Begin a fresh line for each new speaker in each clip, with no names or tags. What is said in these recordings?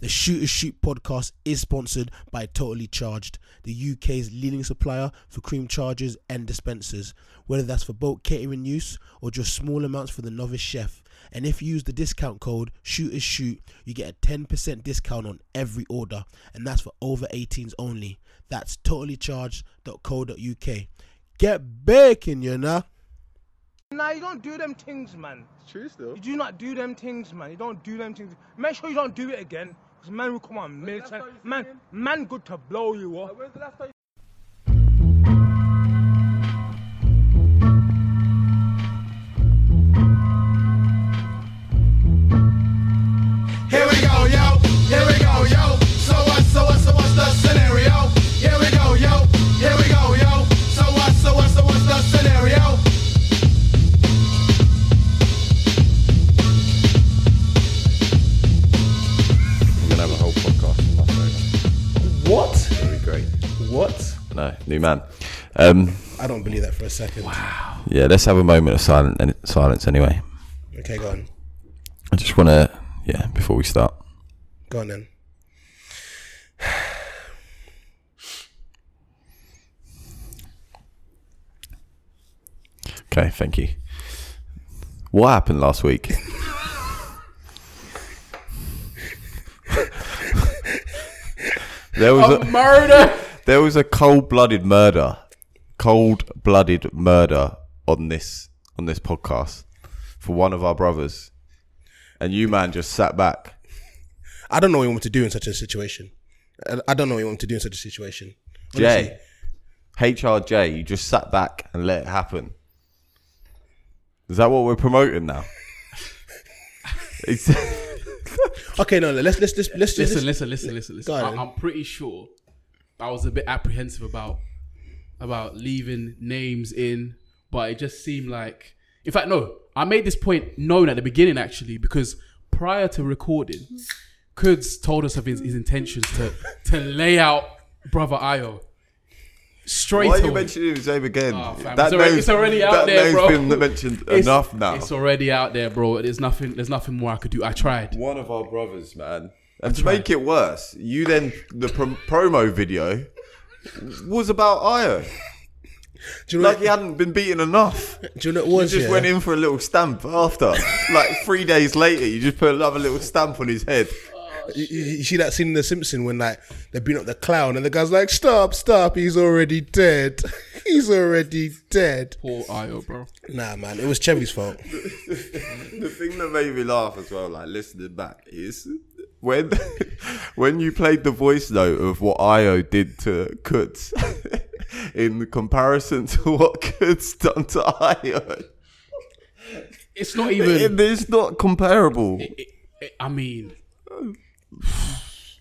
The Shooters Shoot podcast is sponsored by Totally Charged, the UK's leading supplier for cream chargers and dispensers, whether that's for bulk catering use or just small amounts for the novice chef. And if you use the discount code Shooters Shoot, you get a 10% discount on every order, and that's for over 18s only. That's totallycharged.co.uk. Get baking, you know.
Nah, you don't do them things, man.
It's true still.
You do not do them things, man. You don't do them things. Make sure you don't do it again. Because man will come and
When's
mate.
the last time you
Man,
seen him?
man good to blow you
Like,
up.
when's the last time
Here we go, yo. Here we go, yo. So what? So what? So what's the scenario? Here we go, yo. Here we go, yo. So what? So what? So what's the scenario?
I'm gonna have a whole podcast in my phone.
What?
It'll be great.
What?
No, new man. Um,
I don't believe that for a second.
yeah, let's have a moment of silent, and silence anyway.
Okay, go on.
I just want to, yeah, before we start.
Go on then.
Okay, thank you. What happened last week? there was a,
Murder!
there was a cold-blooded murder, cold-blooded murder on this on this podcast for one of our brothers, and you man just sat back.
I don't know what you want me to do in such a situation. I- I don't know what you want me to do in such a situation.
Jay, HRJ, you just sat back and let it happen. Is that what we're promoting now? It's-
Okay, no, no, let's let's let's let's just
Listen, listen, listen, listen, listen.
Go on,
I,
then.
I'm pretty sure I was a bit apprehensive about about leaving names in, but it just seemed like. In fact, no, I made this point known at the beginning actually because prior to recording, Kuds told us of his, his intentions to to lay out brother Io straight
Why are you
away.
mentioning his name again?
Oh, fam, it's, already, it's already out
that
there,
name's
bro.
been mentioned
It's-
enough now.
It's already out there, bro. There's nothing. There's nothing more I could do. I tried.
One of our brothers, man. And to make it worse, you then the prom- promo video was about Io.
do you know,
Like he hadn't been beaten enough.
do you know what it was?
Just
yeah?
went in for a little stamp after. like three days later, you just put another little stamp on his head.
You, you- you see that scene in The Simpsons when like they're beating up the clown and the guy's like, "Stop, stop! He's already dead. He's already dead."
Poor Io, bro.
Nah, man, it was Chevy's fault.
the thing that made me laugh as well, like listening back, is when when you played the voice note of what Io did to Kutz in comparison to what Kutz done to Io.
It's not
It,
even.
it's not comparable.
it- it- I mean,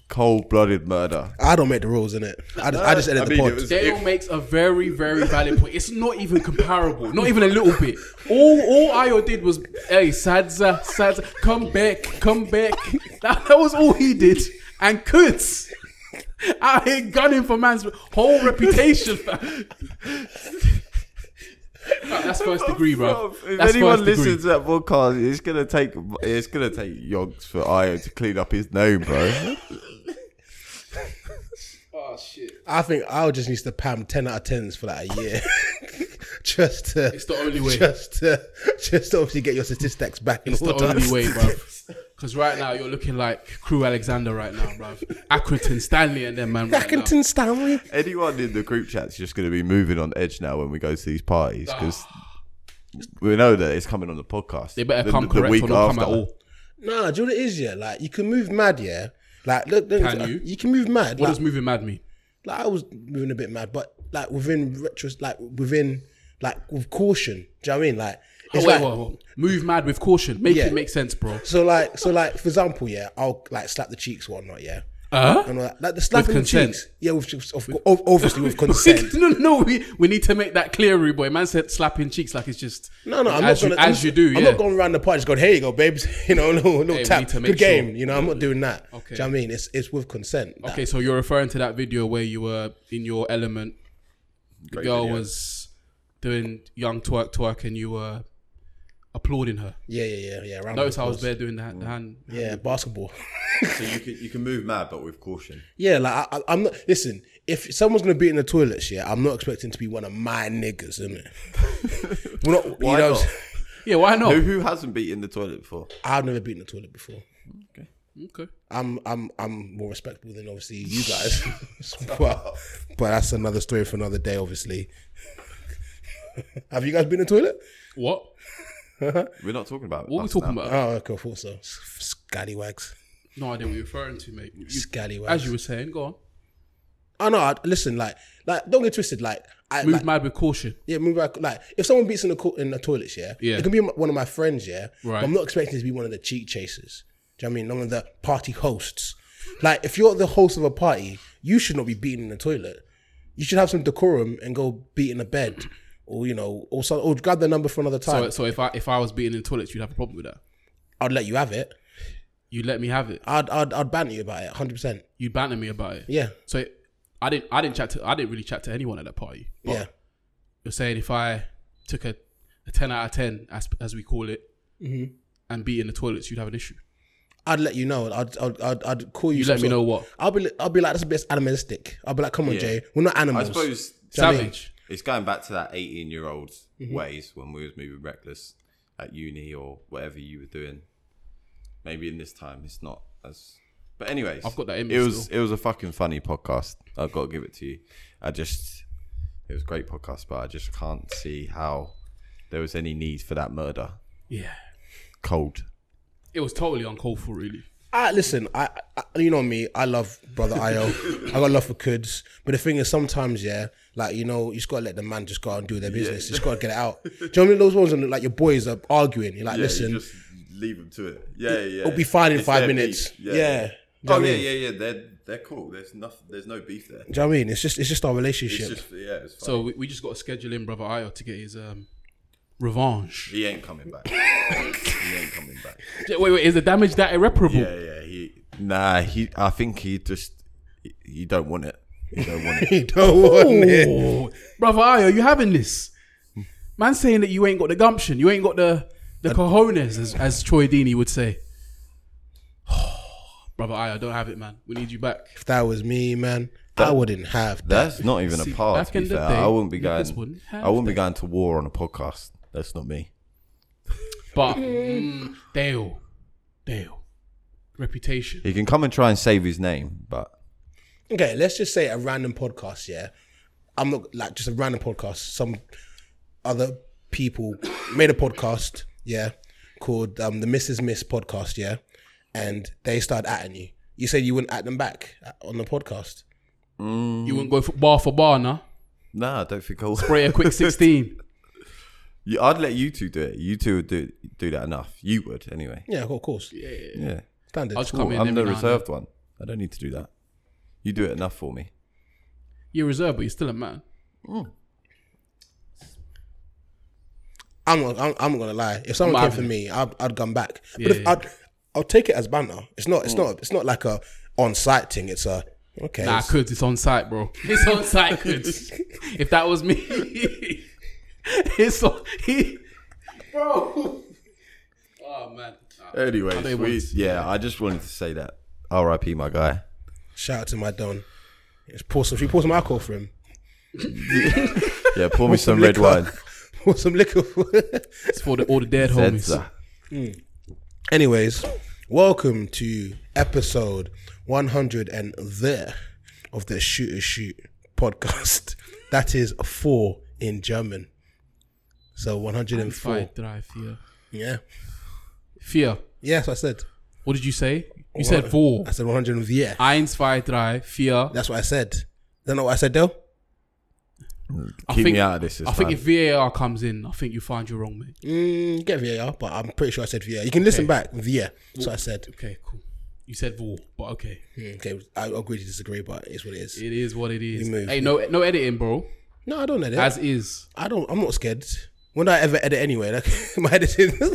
Cold blooded murder.
I don't make the rules in it. I just I just edit
I
the
mean,
pod.
it was-
Dale makes a very, very valid point. It's not even comparable. Not even a little bit. All all Io did was, hey, Sadza, Sadza, come back, come back. That, that was all he did. And Kurtz out here gunning for man's whole reputation. fam. That's first degree, bro.
If
That's
anyone
first degree.
listens to that podcast, it's gonna take it's gonna take yogs for Io to clean up his name, bro.
Oh shit.
I think I'll just need to pam ten out of tens for like a year. just to
It's the only way.
Just to just to obviously get your statistics back in
It's the
order.
only way, bro. Because right now you're looking like Crew Alexander right now, bro. Accrington, Stanley, and them man. Right now.
Accrington Stanley.
anyone in the group chat's just going to be moving on edge now when we go to these parties because we know that it's coming on the podcast.
They better
the,
come
the
correct
week
or not come
after.
at all.
No, do you know what it is? Yeah, like you can move mad. Yeah, like look, look uh,
Can you?
You can move mad.
What
Like,
does moving mad mean?
like I was moving a bit mad, but like within retros, like within like with caution. Do you know what I mean? Like
Oh,
it's
wait,
like
whoa, whoa. Move mad with caution. Make
Yeah.
it make sense, bro.
so like so like for example, yeah, I'll like slap the cheeks, whatnot. Yeah,
Uh?
and all that. like the slapping the
consent.
cheeks. Yeah, with, of, of, obviously with consent.
no, no, we, we need to make that clear, rude boy. Man said slapping cheeks like it's just
No, no, I'm
as
not
you,
gonna,
as you do.
I'm
yeah.
not going around the party just going, "Here you go, babes," you know, a little, little
we
tap,
need to
good
make
game.
sure.
You know, I'm not doing that.
Okay.
Do you know what I mean? It's it's with consent. that-
Okay, so you're referring to that video where you were in your element. The girl was doing young twerk twerk, and you were applauding her.
Yeah, yeah, yeah, yeah. round of
Notice I was
applause.
there doing the, ha- the hand.
Yeah, basketball.
So you can you can move mad, but with caution.
Yeah, like I, I- I'm not. Listen, if someone's gonna be in the toilets, yeah, I'm not expecting to be one of my niggas, innit? We're not.
Why
you know,
not?
Yeah, why not?
Who, who hasn't beaten the toilet before?
I've never been in the toilet before.
Okay.
I'm I'm I'm more respectable than obviously you guys, but but that's another story for another day. Obviously, have you guys been in the
Uh,
toilet?
What?
We're not talking about.
What are we
us
talking
now.
about?
Oh, okay, I thought so. Scallywags,
No idea what you're referring to, mate. You-
scallywags.
as you were saying, go on.
I know. I, listen, like like don't get twisted. Like I
Move
like,
mad with caution.
Yeah, move back. Like, if someone beats in the co- in the toilets, yeah,
Yeah.
it can be m- one of my friends, yeah.
Right.
But I'm not expecting it to be one of the cheat chasers. Do you know what I mean? One of the party hosts. Like, if you're the host of a party, you should not be beaten in the toilet. You should have some decorum and go beat in the bed, or you know, or so, or grab the number for another time.
So, so if I if I was beating in the toilets, you'd have a problem with that.
I'd let you have it.
You'd let me have it.
I'd I'd, I'd ban you about it, hundred percent.
You'd banter me about it.
Yeah,
So it, I didn't I didn't chat to I didn't really chat to anyone at that party. But
yeah,
You're saying if I took a, a ten out of ten as as we call it, and beat in the toilets, you'd have an issue.
I'd let you know. I'd I'd I'd, I'd call you.
You
some
let me
sort
know
of-
what
I'll be I'll be like that's a bit animalistic. I'll be like, come on,
Yeah.
Jay, we're not
I
animals.
suppose
Do you know what I mean?
savage.
it's going back to that 18 year old
Mm-hmm.
ways when we was maybe reckless at uni or whatever you were doing maybe in this time it's not as but anyways
I've got that image
it was
still.
it was a fucking funny podcast i've got to give it to you i just it was a great podcast but i just can't see how there was any need for that murder
Yeah,
cold
it was totally uncalled for, really.
I listen. I, I you know me. I love brother Io. I got love for kids, but the thing is, sometimes yeah, like you know, you just gotta let the man just go out and do their business. You just gotta get it out. Do you know what I mean? Those ones when like your boys are arguing. You're like, listen,
just leave them to it yeah yeah
it'll be fine in five minutes. Yeah. Do you know
oh
what I
yeah
mean?
yeah yeah they're they're cool there's nothing there's no beef there
Do you know what I mean? It's just it's just our relationship.
it's just yeah it's fine.
So we, we just got to schedule in brother Io to get his um revenge.
He ain't coming back. he ain't coming back.
Yeah, Wait, wait, is the damage that irreparable?
Yeah, yeah. He nah. He. I think he just. He, he don't want it. He don't want it.
you don't want it.
Oh, brother Ayo, you having this? Man saying that you ain't got the gumption, you ain't got the the cojones, as, as Troy Deeney would say. brother Ayo, don't have it, man. We need you back.
If that was me, man, I wouldn't have. That.
That's not even
See,
a part.
back
To
in
be
the
fair.
day,
I wouldn't be
niggas
going.
wouldn't have
I wouldn't be going to war on a podcast. That's not me.
But mm, Dale, Dale, reputation.
He can come and try and save his name, but
Okay, let's just say a random podcast. Yeah, I'm not like just a random podcast. Some other people made a podcast. Yeah, called um, the Mrs. Miss podcast. Yeah, and they started atting you. You said you wouldn't at them back uh, on the podcast.
You wouldn't go for bar for bar, nah.
nah. I don't think I'll.
Spray a quick sixteen.
You- I'd let you two do it. You two would do do that enough. You would anyway.
Yeah, of course.
Yeah.
Standard.
I'll just
Cool.
come in.
I'm
every
the
now and
reserved one. I don't need to do that. You do it enough for me.
then. You're reserved, but you're still a man.
I'm, not- I'm I'm not gonna lie. If someone
I'm
came for me, I'd, I'd come back. But
Yeah,
if
yeah.
I'd, I'll take it as banter. It's not. It's not. It's not like a on site thing. It's a okay.
Nah,
it's-
Kuds, it's on site, bro. It's on site, Kuds. if that was me, it's on. He, bro. Oh, man. Nah. I
Anyways,
don't
we,
want to-
yeah, I just wanted to say that. R.I.P. My guy.
Shout out to my don. Let's pour some. Should we pour some alcohol for him?
Yeah, pour me some, red
liquor.
wine.
Pour some liquor.
It's for the, all the dead homies.
Zedza.
Anyways, welcome to episode 100 and there of the Shooter Shoot podcast. That is four in German. So 104.
Fine, drive, fear.
Yeah.
Fear.
Yeah, that's what I said.
What did you say? You said four.
I said 100 and yeah.
Eins, zwei, drei, vier.
That's what I said. Is that not what I said, though?
I
Keep
think,
me out of this. this
I think if VAR comes in, I think you find you're wrong, mate.
Mm, get VAR, but I'm pretty sure I said VAR. You can listen back. VAR. That's what I said.
Okay, cool. You said four, but okay.
Mm, okay, I agree to disagree, but it's what it is.
It is what it is.
You moved.
Hey, no, no editing, bro.
No, I don't know that.
As is.
I don't. I'm not scared. When do I ever edit anyway? Like my editing.
Could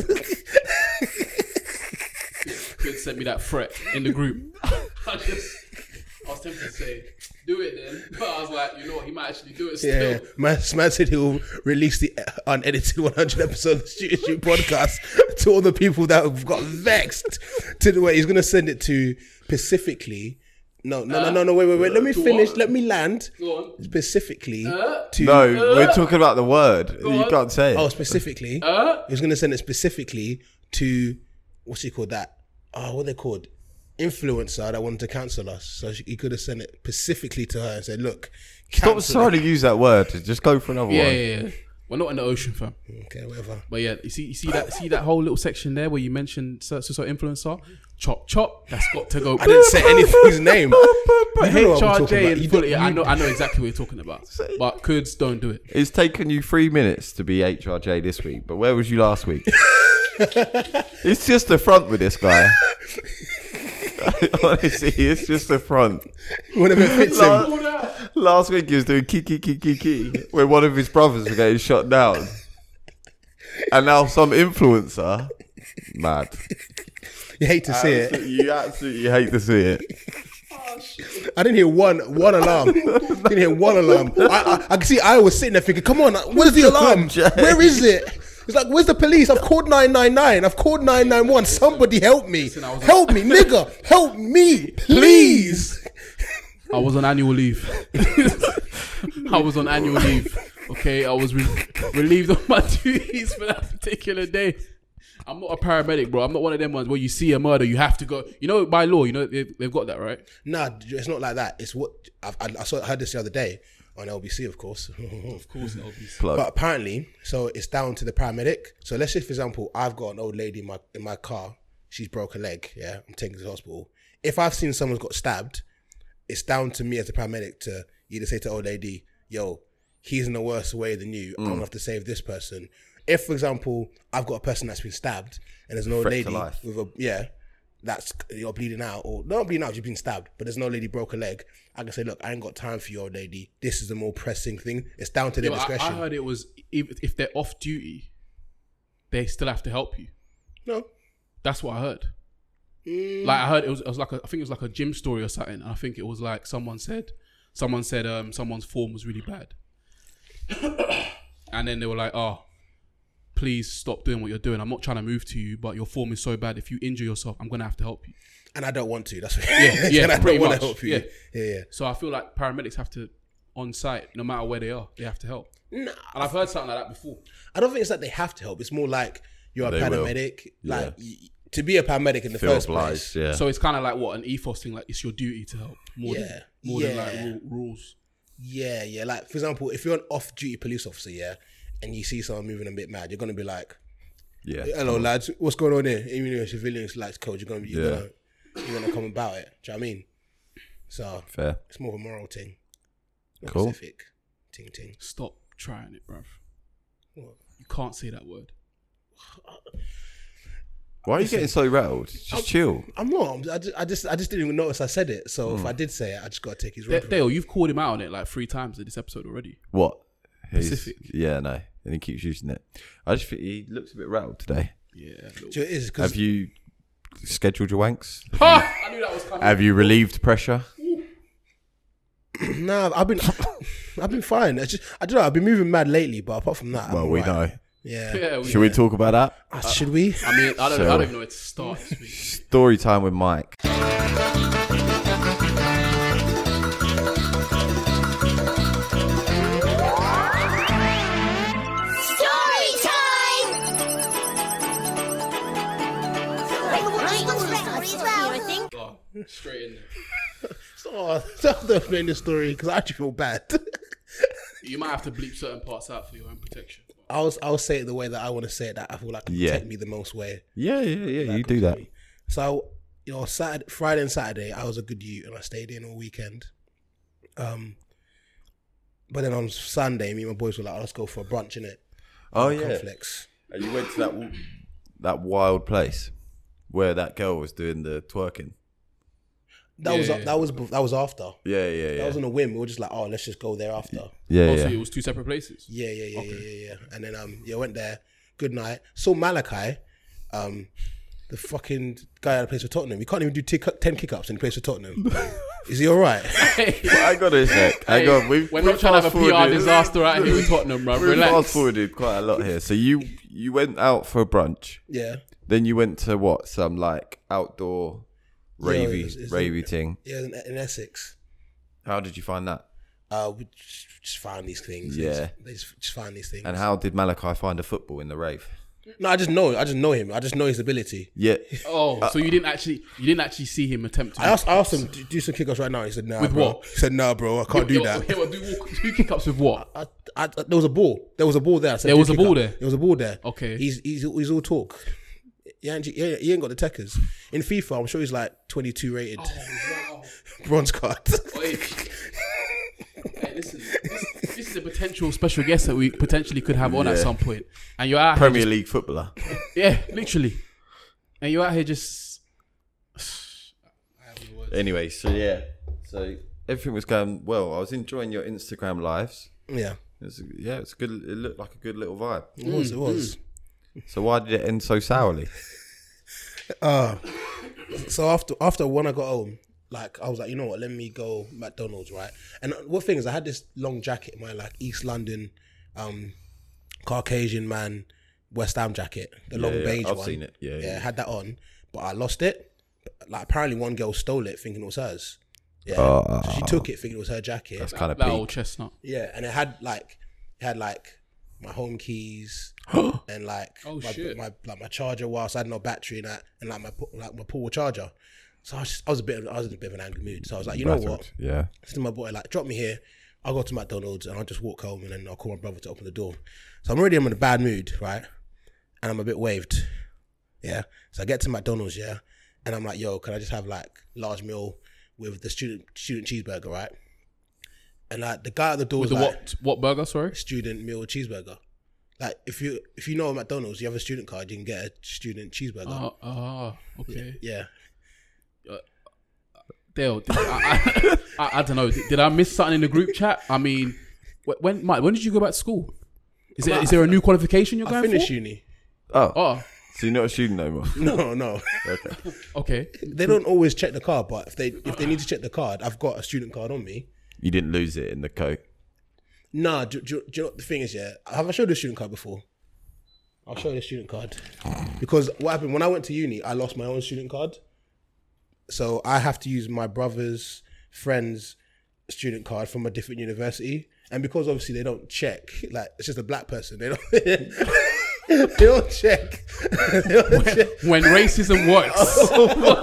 sent me that threat in the group. I just, I was tempted to say, do it then. But I was like, you know what? He might actually do it still.
Yeah, man, man said he'll release the unedited 100 episode of the Studio Shoot podcast to all the people that have got vexed. To the way he's gonna send it to specifically. No, no, no, no, no. Wait, wait, wait. Let me
Uh, to
finish.
what?
Let me land.
Go on. Uh,
Specifically to
No, we're talking about the word. you
on.
can't say it.
oh, specifically. he was gonna send it specifically to what's he called that? Oh, what they called influencer that wanted to cancel us. So she, he could have sent it specifically to her and said, "Look,
Stop
cancel
trying
it."
to use that word. Just go for another
Yeah,
one.
yeah, yeah. We're not in the ocean, fam.
Okay, whatever.
But yeah, you see, you see that, see that whole little section there where you mentioned so so, so influencer, chop chop. That's got to go.
I didn't say anything's name.
But
You know what I'm
HRJ
talking about.
and
You
fully,
don't-
I
you-
know, I know exactly what you're talking about. But kids don't do it.
It's taken you three minutes to be HRJ this week, but where was you last week? it's just a front with this guy. Honestly, it's just a front.
Whenever it fits him.
Last, last week he was doing kiki kiki kiki when one of his brothers was getting shot down, and now some influencer, mad.
You hate to see
Uh,
it.
You absolutely hate to see it.
I didn't hear one one alarm. didn't hear one alarm. I, I, I can see I was sitting there thinking, come on, where's the alarm?
Jay.
Where is it? It's like, where's the police? I've called 999. I've called 991. Somebody help me.
I was-
Help me, nigga. Help me, please.
I was on annual leave. I was on annual leave. Okay, I was re- relieved of my duties for that particular day. I'm not a paramedic, bro. I'm not one of them ones where you see a murder, you have to go. You know, by law, you know they've, they've got that right.
Nah, it's not like that. It's what I, I, I saw, I heard this the other day on LBC, of course.
Of course, it'll be.
But apparently, so it's down to the paramedic. So let's say, for example, I've got an old lady in my in my car. She's broke a leg. Yeah, I'm taking her to the hospital. If I've seen someone's got stabbed, it's down to me as a paramedic to either say to the old lady, "Yo, he's in a worse way than you. I'm
Mm.
gonna have to save this person." If, for example, I've got a person that's been stabbed and there's an old
Threat to
lady
life.
with a yeah, that's you're bleeding out or not bleeding out, you've been stabbed, but there's no lady broke a leg. I can say, look, I ain't got time for you, old lady. This is a more pressing thing. It's down to their
Yo, I,
discretion.
I heard it was if, if they're off duty, they still have to help you.
No.
That's what I heard.
Mm.
Like I heard it was, it was like a, I think it was like a gym story or something. I think it was like someone said, someone said um someone's form was really bad, and then they were like, oh, please stop doing what you're doing. I'm not trying to move to you, but your form is so bad. If you injure yourself, I'm gonna have to help you.
And I don't want to. That's what
Yeah, yeah,
and I
pretty
don't want
much,
to help you.
yeah.
Yeah, yeah.
So I feel like paramedics have to on site, no matter where they are, they have to help. And I've heard something like that before.
I don't think it's that they have to help. It's more like you're a
They will.
paramedic. Like y- to be a paramedic in the
Feel
first
obliged,
place.
yeah.
So it's kind of like what an ethos thing. Like it's your duty to help more
Yeah,
than more than like
yeah.
ru- rules.
Yeah, yeah. Like for example, if you're an off-duty police officer, yeah, and you see someone moving a bit mad, you're gonna be like,
yeah.
"Hello, lads, what's going on here?" Even if it's civilians, like coach, you're gonna be, you're
Yeah.
gonna you're gonna come about it. Do you know what I mean? So
Fair.
it's more of a moral thing. Not
Cool.
Specific. Ting ting.
Stop trying it, bruv.
What?
You can't say that word.
Why are you getting so rattled?
Oh.
Just chill.
I'm not. I'm- I just, I just, I just didn't even notice I said it. So
Hmm.
if I did say it, I just gotta take his
Da-
word. for it.
Dale, you've called him out on it like three times in this episode already.
What? He's-
Pacific.
Yeah, no. And he keeps using it. I just think he looks a bit rattled today.
Yeah.
So it is 'cause- Oh.
Have you scheduled your wanks?
Ha! I knew that was coming.
Have you relieved pressure?
Nah, I've been I've been fine. I just I don't know. I've been moving mad lately, but apart from that, I'm
Well, we
alright.
know.
Yeah.
yeah, we,
Should we talk about that?
Ah, should we?
I mean, I don't,
So-
I don't even know where to start. this week.
Story time with Mike.
Story time! I think.
Oh, straight in there.
Oh, stop the explain the story because I actually feel bad.
You might have to bleep certain parts out for your own protection.
I'll I'll say it the way that I want to say it. That I feel like can
Yeah.
protect me the most way.
Yeah, yeah, yeah. You do that.
So you know, Saturday, Friday and Saturday, I was a good youth and I stayed in all weekend. Um, but then on Sunday, me and my boys were like, "Oh, "Let's go for a brunch in it."
Oh yeah.
Conflicts.
And you went to that w- that wild place where that girl was doing the twerking.
That was
Yeah.
that was that was after.
Yeah, yeah,
That
yeah.
was on a whim. We were just like, "Oh, let's just go there after."
yeah,
Also, it
yeah.
was two separate places.
Yeah, yeah, yeah, yeah, yeah, yeah. And then um, yeah, went there. Good night. Saw Malachi. Um, the fucking guy that plays for Tottenham. He can't even do t- 10 kick ups and he plays for Tottenham. Is he all right?
I got it, Zach. I got. We've,
we're
we've
not trying to have a PR
fast-forwarded-
disaster out here with Tottenham, bro.
We've fast
Relax.
forwarded quite a lot here. So you you went out for brunch,
Yeah.
then you went to what some like outdoor ravey
it's- it's-
ravey thing.
Yeah, in, in Essex.
How did you find that?
Uh, we just, just find these things. They just-
Yeah.
They just, just find these things.
And how did Malachi find a football in the rave?
no, I just know. I just know him. I just know his ability.
Yeah,
Oh, so you didn't actually you didn't actually see him attempt to
I asked, I asked him, do, do some kickoffs right now. He said, nah,
With
bro.
what?
He said, nah, bro, I can't do
Yeah,
that.
well, do, walk- do kick ups with what?
I, I, there was a ball. There was a ball there. I said,
There
do
was a
kick-up.
ball there?
There was a ball there.
Okay.
He's he's, he's all talk. He ain't, he ain't got the techers. In FIFA, I'm sure he's like 22 rated.
Oh.
Bronze card.
Wait. Hey, listen, this, this is a potential special guest that we potentially could have on at
Yeah.
some point, and you're out here
Premier League footballer.
Yeah, literally. And you're out here just.
anyway, so yeah, so everything was going well. I was enjoying your Instagram lives.
yeah.
It was, yeah, it's good. It looked like a good little vibe.
It was. It was.
So why did it end so sourly?
So after after when I got home, like I was like, you know what, let me go McDonald's, right? And what thing is I had this long jacket, my like East London, um, Caucasian man, West Ham jacket, the long
yeah,
beige
I've
one.
seen it. Yeah,
yeah,
yeah.
I had that on, but I lost it. Like apparently one girl stole it thinking it was hers. Yeah,
Ah.
so she took it thinking it was her jacket.
It's kind of
That
peak.
old chestnut.
Yeah, and it had like it had like my home keys and like
Oh,
my,
shit.
my like my charger whilst I had no battery and that and like my pu- like my pool charger. So I was, just, I was a bit of, I was in a bit of an angry mood. So I was like, you know what?
Yeah.
I said to my boy, like, drop me here. I'll go to McDonald's and I'll just walk home and then I'll call my brother to open the door. So I'm already I'm in a bad mood, right? And I'm a bit waved. Yeah. So I get to McDonald's, yeah. And I'm like, yo, can I just have like large meal with the student student cheeseburger, right? And like the guy at the door
With
was
the
like,
what what burger? Sorry.
student meal cheeseburger. Like if you if you know a McDonald's, you have a student card, you can get a student cheeseburger.
Oh, oh, okay.
Yeah.
Dale, did- I, I, I, I don't know. Did, did I miss something in the group chat? I mean, wh- when Mike, when did you go back to school? Is there, is there a new qualification you're
I
going
finished
for?
uni.
Oh,
Oh,
so you're not a student no more.
No, no.
Okay.
okay.
they don't always check the card, but if they if they need to check the card, I've got a student card on me.
You didn't lose it in the coat.
Nah, do, do, do you know what the thing is? Yeah, have I showed the student card before? I'll show you the student card because what happened when I went to uni, I lost my own student card, so I have to use my brother's friend's student card from a different university. And because obviously they don't check, like it's just a black person, they don't. they don't check. they don't check.
When racism works. oh my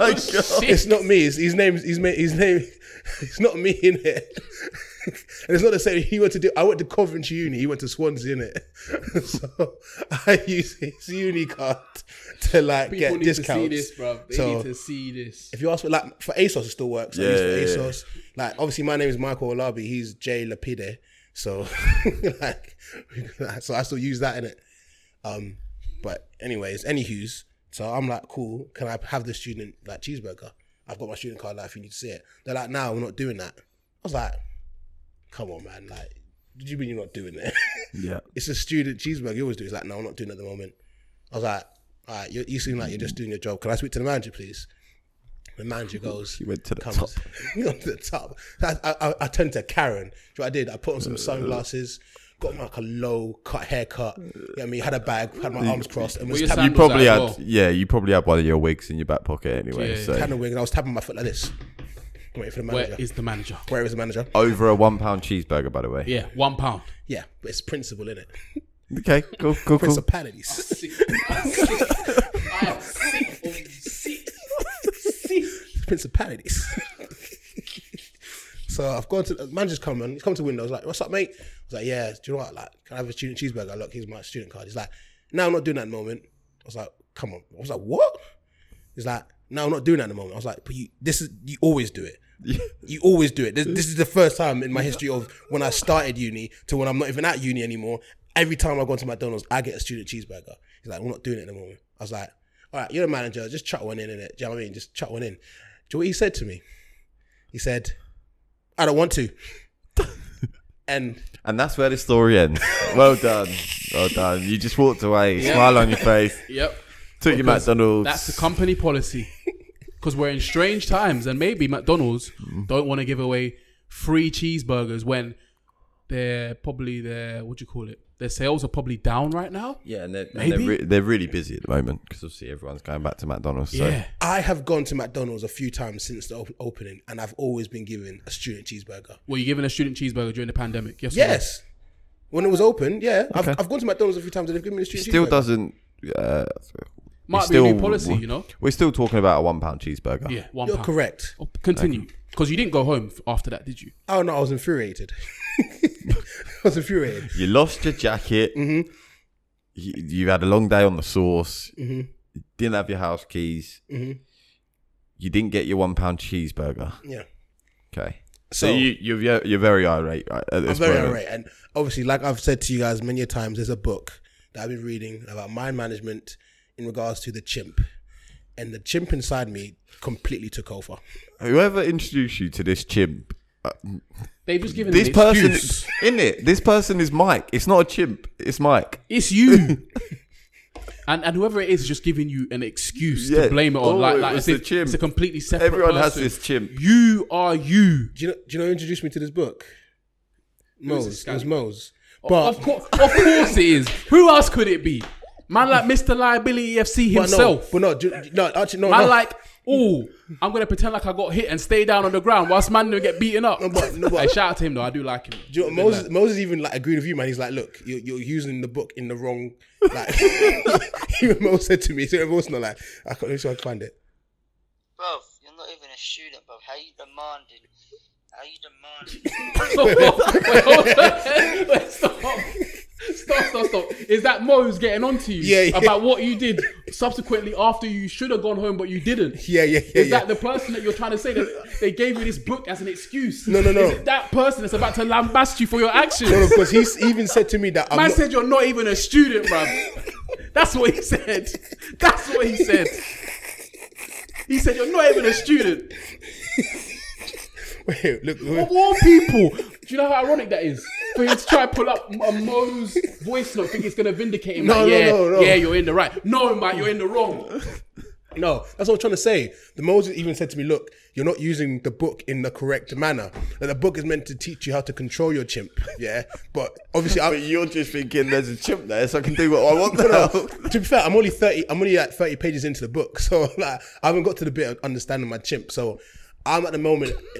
god.
It's not me. It's, his name's his, ma- his name. It's not me in it. and it's not the same. He went to do. I went to Coventry Uni. He went to Swansea in it. so I use his uni card to like
People
get
need
discounts.
to see this, bro. They
so
need to see this.
if you ask for like for ASOS, it still works. I use
Yeah, yeah,
for
yeah.
ASOS. Like obviously, my name is Michael Olabi. He's Jay Lapide. So like, so I still use that in it. Um, but anyways, anywho's. So I'm like, cool. Can I have the student like cheeseburger? I've got my student card. Like, if you need to see it, they're like, no, we're not doing that. I was like, come on, man. Like, did you mean you're not doing it?
Yeah.
it's a student cheeseburger. You always do. He's like, no, I'm not doing it at the moment. I was like, all right, you, you seem like you're just doing your job. Can I speak to the manager, please? The manager goes.
You went to the
comes,
top.
Got to the top. I, I, I turned to Karen. Do you know what I did? I put on
Uh,
some sunglasses. Got like a low cut haircut. You know what I mean, had a bag, had my arms crossed, and was
your
tapping,
You
sandals
probably had,
out as well.
yeah, you probably had one of your wigs in your back pocket anyway.
Yeah.
so
had a wig, and I was tapping my foot like this. Waiting for the manager.
Where is the manager?
Where is the manager?
over a one pound cheeseburger, by the way.
Yeah, one pound.
Yeah, but it's principle in it.
Okay. Cool. Cool. Cool.
Principalities. principalities. so I've gone to the manager's come and he's come to the window. I was like, "What's up, mate?" I was like, "Yeah, do you know what? Like, can I have a student cheeseburger? Look, here's my student card." He's like, "No, I'm not doing that at the moment." I was like, "Come on!" I was like, "What?" He's like, "No, I'm not doing that at the moment." I was like, "But you, this is you always do it." You always do it. This, this is the first time in my history of when I started uni to when I'm not even at uni anymore. Every time I go to McDonald's, I get a student cheeseburger. He's like, we're not doing it at the moment. I was like, all right, you're the manager. Just chuck one in, innit? Do you know what I mean? Just chuck one in. Do you know what he said to me? He said, I don't want to. and
And that's where the story ends. Well done. Well done. You just walked away, smile on your face.
Yep.
Took your McDonald's.
That's the company policy. Because we're in strange times, and maybe McDonald's don't want to give away free cheeseburgers when they're probably their what do you call it? Their sales are probably down right now.
Yeah, and they're, and
Maybe.
they're, re- they're really busy at the moment because obviously everyone's going back to McDonald's. So.
Yeah,
I have gone to McDonald's a few times since the op- opening, and I've always been given a student cheeseburger.
were you giving a student cheeseburger during the pandemic? Yes. or no?
Yes, when it was open, yeah, I've, I've gone to McDonald's a few times and they've given me a
It
student
still
cheeseburger.
doesn't. Uh, we
Might be a new policy, you know?
We're still talking about a one pound cheeseburger.
Yeah, one
You're
pound.
correct.
Oh, Continue, because you didn't go home f- after that, did you?
Oh no, I was infuriated. I was infuriated.
You lost your jacket. You, you had a long day on the sauce. You didn't have your house keys. You didn't get your one pound cheeseburger.
Yeah.
Okay.
So,
So, you, you're you're very irate right, at
I'm
this
very
moment.
irate. And obviously, like I've said to you guys many a times, there's a book that I've been reading about mind management in regards to the chimp. And the chimp inside me completely took over.
Whoever introduced you to this chimp,
They've just given
this
an
person
excuse.
in it. This person is Mike. It's not a chimp. It's Mike.
It's you. And, and whoever it is is just giving you an excuse
Yeah.
to blame it on,
Oh,
like,
it
like
was
as
the
if
chimp.
it's a completely separate.
Everyone has
person.
this chimp.
You are you.
Do you know? Do you know? Who introduced me to this book?
was
Mose.
this
It was
guy?
Mose. But
of, course, of course it is. Who else could it be? Man like Mr. Liability FC
but
himself.
No, but no, do, no. Actually, no.
man
no.
like, oh, I'm going to pretend like I got hit and stay down on the ground whilst man don't get beaten up.
No, but- no, but-
Hey, shout out to him though. I do like him.
Do you know,
Big
Moses,
lad.
Moses even like agreed with you, man. He's like, look, you're, you're using the book in the wrong. Like, even Moses said to me, so Moses not like, I can't, let me see if I can find it.
Bruv, you're not even a student, bruv. How you demanding? How you demanding?
Wait, hold on. Wait, stop. Stop, stop, stop. Is that Mo's getting on to you
Yeah, yeah.
about what you did subsequently after you should have gone home but you didn't?
Yeah, yeah, yeah.
Is
yeah.
that the person that you're trying to say that they gave you this book as an excuse?
No, no, no.
Is it that person that's about to lambast you for your actions?
no, no, because he's he even said to me that I'm
Man
not,
said you're not even a student, bruv. That's what he said. That's what he said. He said you're not even a student.
wait, look,
Of
look,
all people, do you know how ironic that is? For him to try to pull up a Mo's voice note, think it's gonna vindicate him.
No,
like,
no,
yeah,
no, no.
yeah, you're in the right. No, man, you're in the wrong.
no, that's what I'm trying to say. The Moses even said to me, look, you're not using the book in the correct manner. That the book is meant to teach you how to control your chimp. Yeah, but obviously,
But
I'm,
you're just thinking there's a chimp there, so I can do what I want now.
to be fair, I'm only thirty. I'm only like thirty pages into the book, so like I haven't got to the bit of understanding my chimp. So. I'm at the moment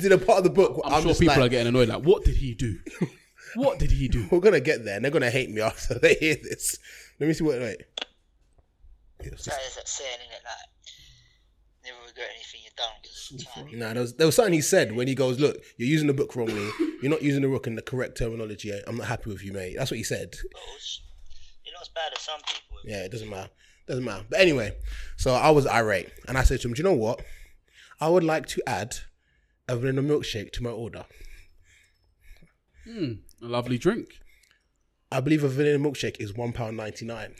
to the part of the book. where
I'm, sure
just
people
like,
are getting annoyed. Like, what did he do? What did he do?
We're gonna get there, and they're gonna hate me after they hear this. Let me see what. Wait.
so there's that saying in it like, never regret anything you've done because it's time.
Nah, there was, there was something he said when he goes, "Look, you're using the book wrongly. You're not using the book in the correct terminology. I'm not happy with you, mate." That's what he said.
You're not as bad as some people.
Yeah, it doesn't matter. Doesn't matter. But anyway, so I was irate, and I said to him, "Do you know what? I would like to add a vanilla milkshake to my order.
A lovely drink.
I believe a vanilla milkshake is one pound ninety nine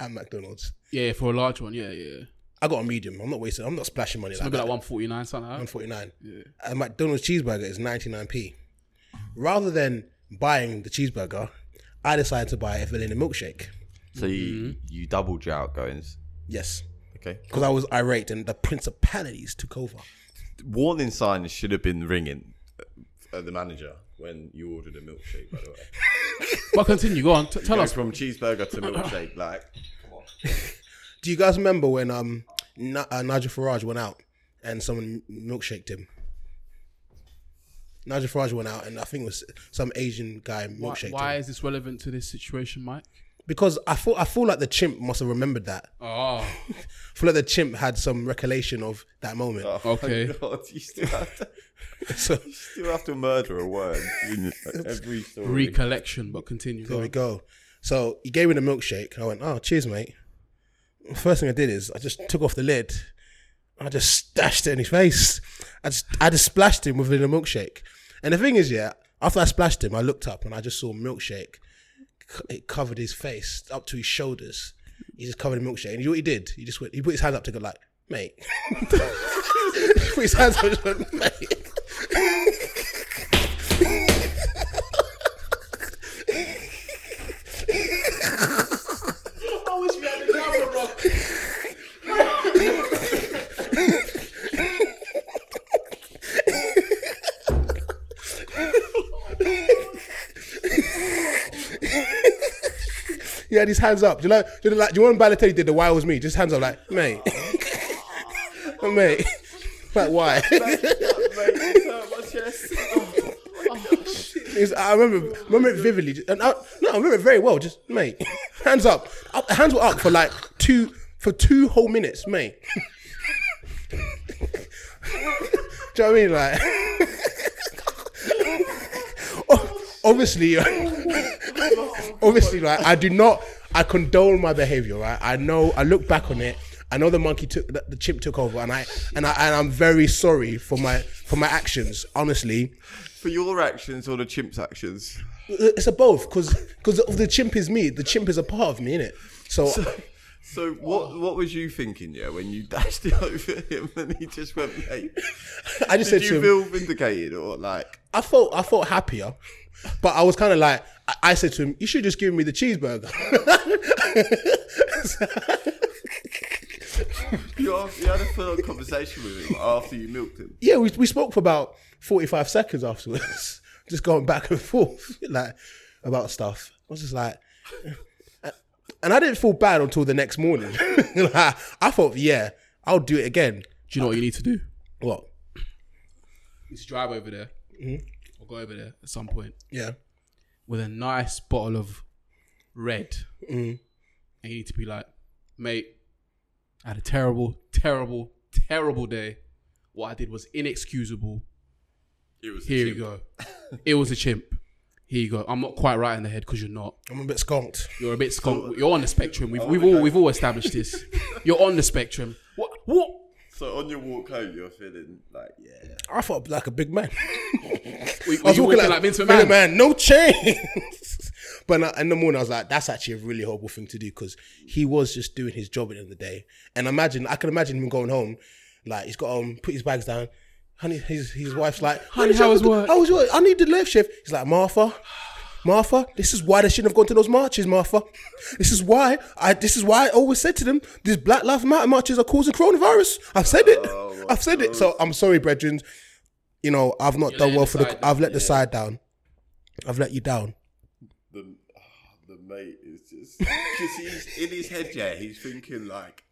at McDonald's.
Yeah, for a large one. Yeah, yeah.
I got a medium. I'm not wasting. I'm not splashing money like
Maybe
that.
like 149, something like that.
149. A McDonald's cheeseburger is 99p. Rather than buying the cheeseburger, I decided to buy a vanilla milkshake.
so you you doubled your outgoings.
Yes,
Okay.
because I was irate and the principalities took over.
warning signs should have been ringing at the manager when you ordered a milkshake. By the way,
But continue, go on. T- tell
Go
us.
from cheeseburger to milkshake, like come on.
Do you guys remember when um Na- uh, Nigel Farage went out and someone milkshaked him? Nigel Farage went out and I think it was some Asian guy
Why,
milkshaked
why
him.
is this relevant to this situation, Mike?
Because I feel, I feel like the chimp must have remembered that.
Oh,
I feel like the chimp had some recollection of that moment.
Okay.
Oh, God, you still have to,
So
you still have to murder a word in every story.
recollection, but continue.
There
Go
we
on.
go. So he gave me the milkshake. I went, oh, cheers, mate. First thing I did is I just took off the lid. I just stashed it in his face. I just, I just splashed him within a milkshake. And the thing is, yeah, after I splashed him, I looked up and I just saw milkshake. Co- It covered his face up to his shoulders. He just covered in milkshake. And you know what he did? He just went, he put his hands up to go like, mate. he put his hands up and just went, mate.
I wish we had the camera, bro.
He had his hands up. Do you like? Do you know, like? Do you know when Balotelli did the "Why was me"? Just hands up, like mate, mate. Like why? It's- I remember, remember it vividly, and I, no, I remember it very well. Just mate, hands up. up, hands were up for like two for two whole minutes, mate. Do you know what I mean? Like, O- obviously, obviously, like I do not, I condone my behavior. Right? I know. I look back on it. I know the monkey took the, the chimp took over, and I and I and I'm very sorry for my for my actions. Honestly,
For your actions or the chimp's actions?
it's a both because because the chimp is me. The chimp is a part of me, innit? So,
So what what was you thinking, yeah, when you dashed it over him and he just went, mate?
I just said
Did
to
you
him,
feel vindicated or like?
I felt I felt happier, but I was kind of like I, I said to him, "You should just give me the cheeseburger."
You, asked, you had a full on conversation with him after you milked him.
yeah, we, we spoke for about 45 seconds afterwards, just going back and forth, like, about stuff. I was just like, and I didn't feel bad until the next morning. Like, I thought, yeah, I'll do it again.
Do you know what you need to do?
What?
Just drive over there. Or go over there at some point
Yeah.
with a nice bottle of red. And you need to be like, mate, I had a terrible, terrible, terrible day. What I did was inexcusable.
It was
Here you go. it was a chimp. Here you go. I'm not quite right in the head because you're not.
I'm a bit skunked.
You're a bit skunk. You're on the spectrum. We've, we've all we've all established this. You're on the spectrum. What what?
So on your walk home, you're feeling like, yeah.
I felt like a big man.
We,
I was walking like,
Vince
Vince
McMahon.
McMahon, no chains. but now- in the morning, I was like, that's actually a really horrible thing to do because he was just doing his job at the end of the day. And imagine, I can imagine him going home, like he's got um, put his bags down. Honey, his his wife's like, honey,
how was work?"
How was work? I need the left shift. He's like, Martha. Martha, this is why they shouldn't have gone to those marches, Martha. This is why I. This is why I always said to them, these Black Lives Matter marches are causing coronavirus. I've said it. I've said it. So I'm sorry, brethren. You know, I've not done
letting
well
the
for the.
side down.
I've let the side down. I've let you down.
The, ah, the mate is just. Because he's in his head, yeah, he's thinking like,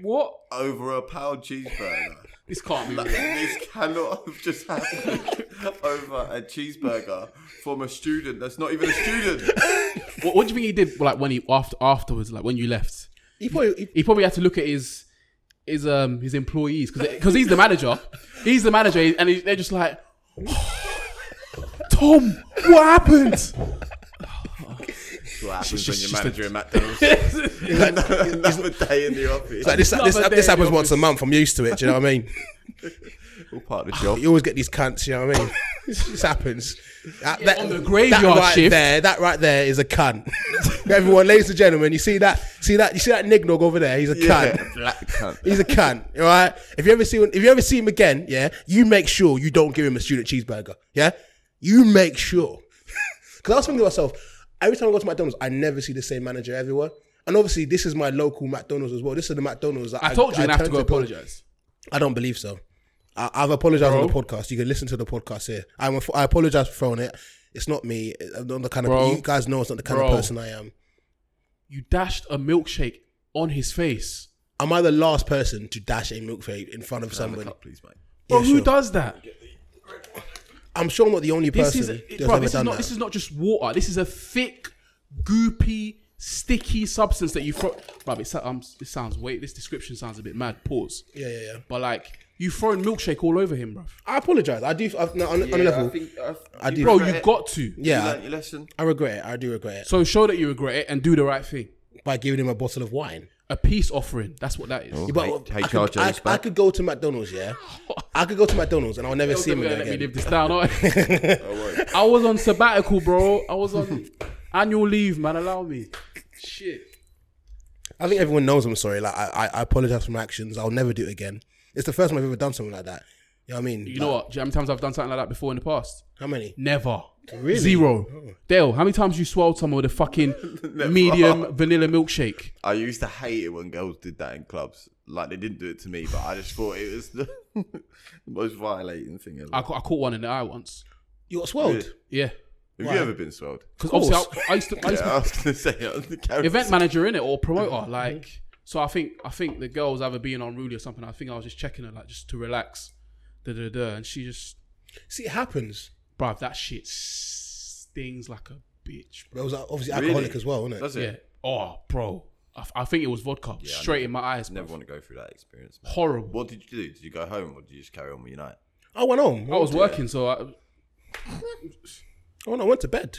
What?
over a pound cheeseburger.
This can't be
Like,
real.
this cannot have just happened over a cheeseburger from a student that's not even a student.
What, what do you think he did? Like when he after afterwards, like when you left,
He probably. He,
he probably had to look at his his um his employees because he's the manager. He's the manager, and he, they're just like, Tom, what happened?
What happens
when
when
your
your
just manager
manager in McDonald's? Another day in the office.
like this,
Not
this,
a
this,
day in the
happens once a
office.
month. I'm used to it. Do you know what I mean?
All part of the job.
Ah, You always get these cunts. You know what I mean? this happens. That, that,
on the graveyard
that right
shift.
there, that right there is a cunt. Everyone, ladies and gentlemen, you see that? See that? You see that nigg dog over there? He's a cunt.
black cunt.
He's a cunt, all right. If you ever see if you ever see him again, yeah, you make sure you don't give him a student cheeseburger. Yeah, you make sure. Because I was thinking to myself, every time I go to McDonald's, I never see the same manager everywhere. And obviously, this is my local McDonald's as well. This is the McDonald's. that
I told you you didn't have
tend
to go apologize.
I don't believe so. I, I've apologized on the podcast. You can listen to the podcast here. I'm a, I apologize for throwing it. It's not me. I'm not the kind
Bro.
of you guys know. It's not the kind
Bro.
of person I am.
You dashed a milkshake on his face.
Am I the last person to dash a milkshake in front of somebody?
please, mate.
Bro,
Yeah,
who
sure.
does that?
I'm sure I'm not the only
This
person
is,
that's
bro,
ever
this is
done
not
that.
this is not just water. This is a thick, goopy, sticky substance that you throw. Bro, it, so- um, this sounds wait. This description sounds a bit mad. Pause.
yeah, yeah, yeah.
But like you throwing milkshake all over him, bro.
I apologize. I do I, no, on, on a level. I did.
Bro,
regret
you
it.
got to.
yeah,
your lesson.
I regret it. I do regret it
So show that you regret it and do the right thing.
by giving him a bottle of wine.
A peace offering. That's what that is.
Yeah, But
Hey, hey,
I,
Charles
could, I,
Jones,
I
back.
could go to McDonald's, yeah. I could go to McDonald's and I'll never see
Don't
him
let
again.
me live this down. aren't I?
Oh,
I was on sabbatical, bro. I was on annual leave, man. Allow me. Shit.
I think everyone knows I'm sorry. Like I, I, I apologize for my actions. I'll never do it again. It's the first time I've ever done something like that. You know what I mean?
You know what? Do you know How many times I've done something like that before in the past?
How many?
Never.
Really?
Zero. Dale, how many times you swallowed someone with a fucking medium vanilla milkshake?
I used to hate it when girls did that in clubs. Like they didn't do it to me, but I just thought it was the most violating thing ever.
I, ca- I caught one in the eye once.
You got swelled.
Really?
Yeah.
Have you ever been swelled?
Because obviously, I, I used to. I
Yeah,
used to
I was gonna say I was carrying-
event manager in it or promoter. Like, so I think I think the girl was either being unruly or something. I think I was just checking her, like, just to relax. Da da da. And she just,
See, it happens.
bruv, that shit stings like a bitch.
But it was uh, obviously
Really?
alcoholic as well, wasn't it?
Does it?
Yeah. Oh, bro. I, f- I think it was vodka
I
straight
never-
in my eyes.
Never
Never
want to go through that experience. man.
Horrible.
What did you do? Did you go home or did you just carry on with your night?
I went home.
I was working, so I,
I went, I went to bed.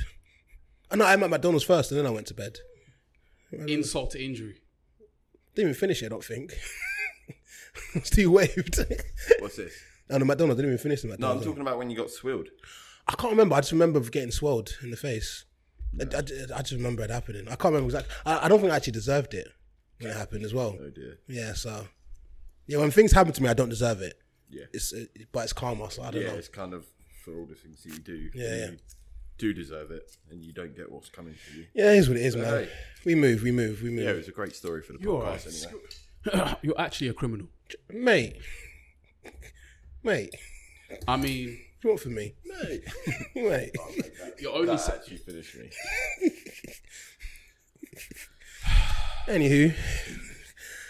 Oh, no, I am at McDonald's first, and then I went to bed.
insult to injury.
Didn't even finish it. I don't think. Still waved.
What's this?
and the McDonald's didn't even finish the
No, I'm
McDonald's.
talking about when you got swilled.
I can't remember. I just remember getting swelled in the face. I, I- I just remember it happening. I can't remember exactly. I, I don't think I actually deserved it when it happened as well.
Oh dear.
Yeah, so yeah, when things happen to me, I don't deserve it.
Yeah.
It's it, but it's karma, so I don't
Yeah,
know.
it's kind of for all the things that you do.
Yeah, yeah.
You do deserve it, and you don't get what's coming to you.
Yeah, it is what it is, man.
hey.
We move, we move, we move,
Yeah, it was a great story for the
You're
podcast
right.
anyway.
You're actually a criminal.
mate. Mate,
I mean,
what do you want from me, mate? mate,
you're only.
That actually finished me.
anywho,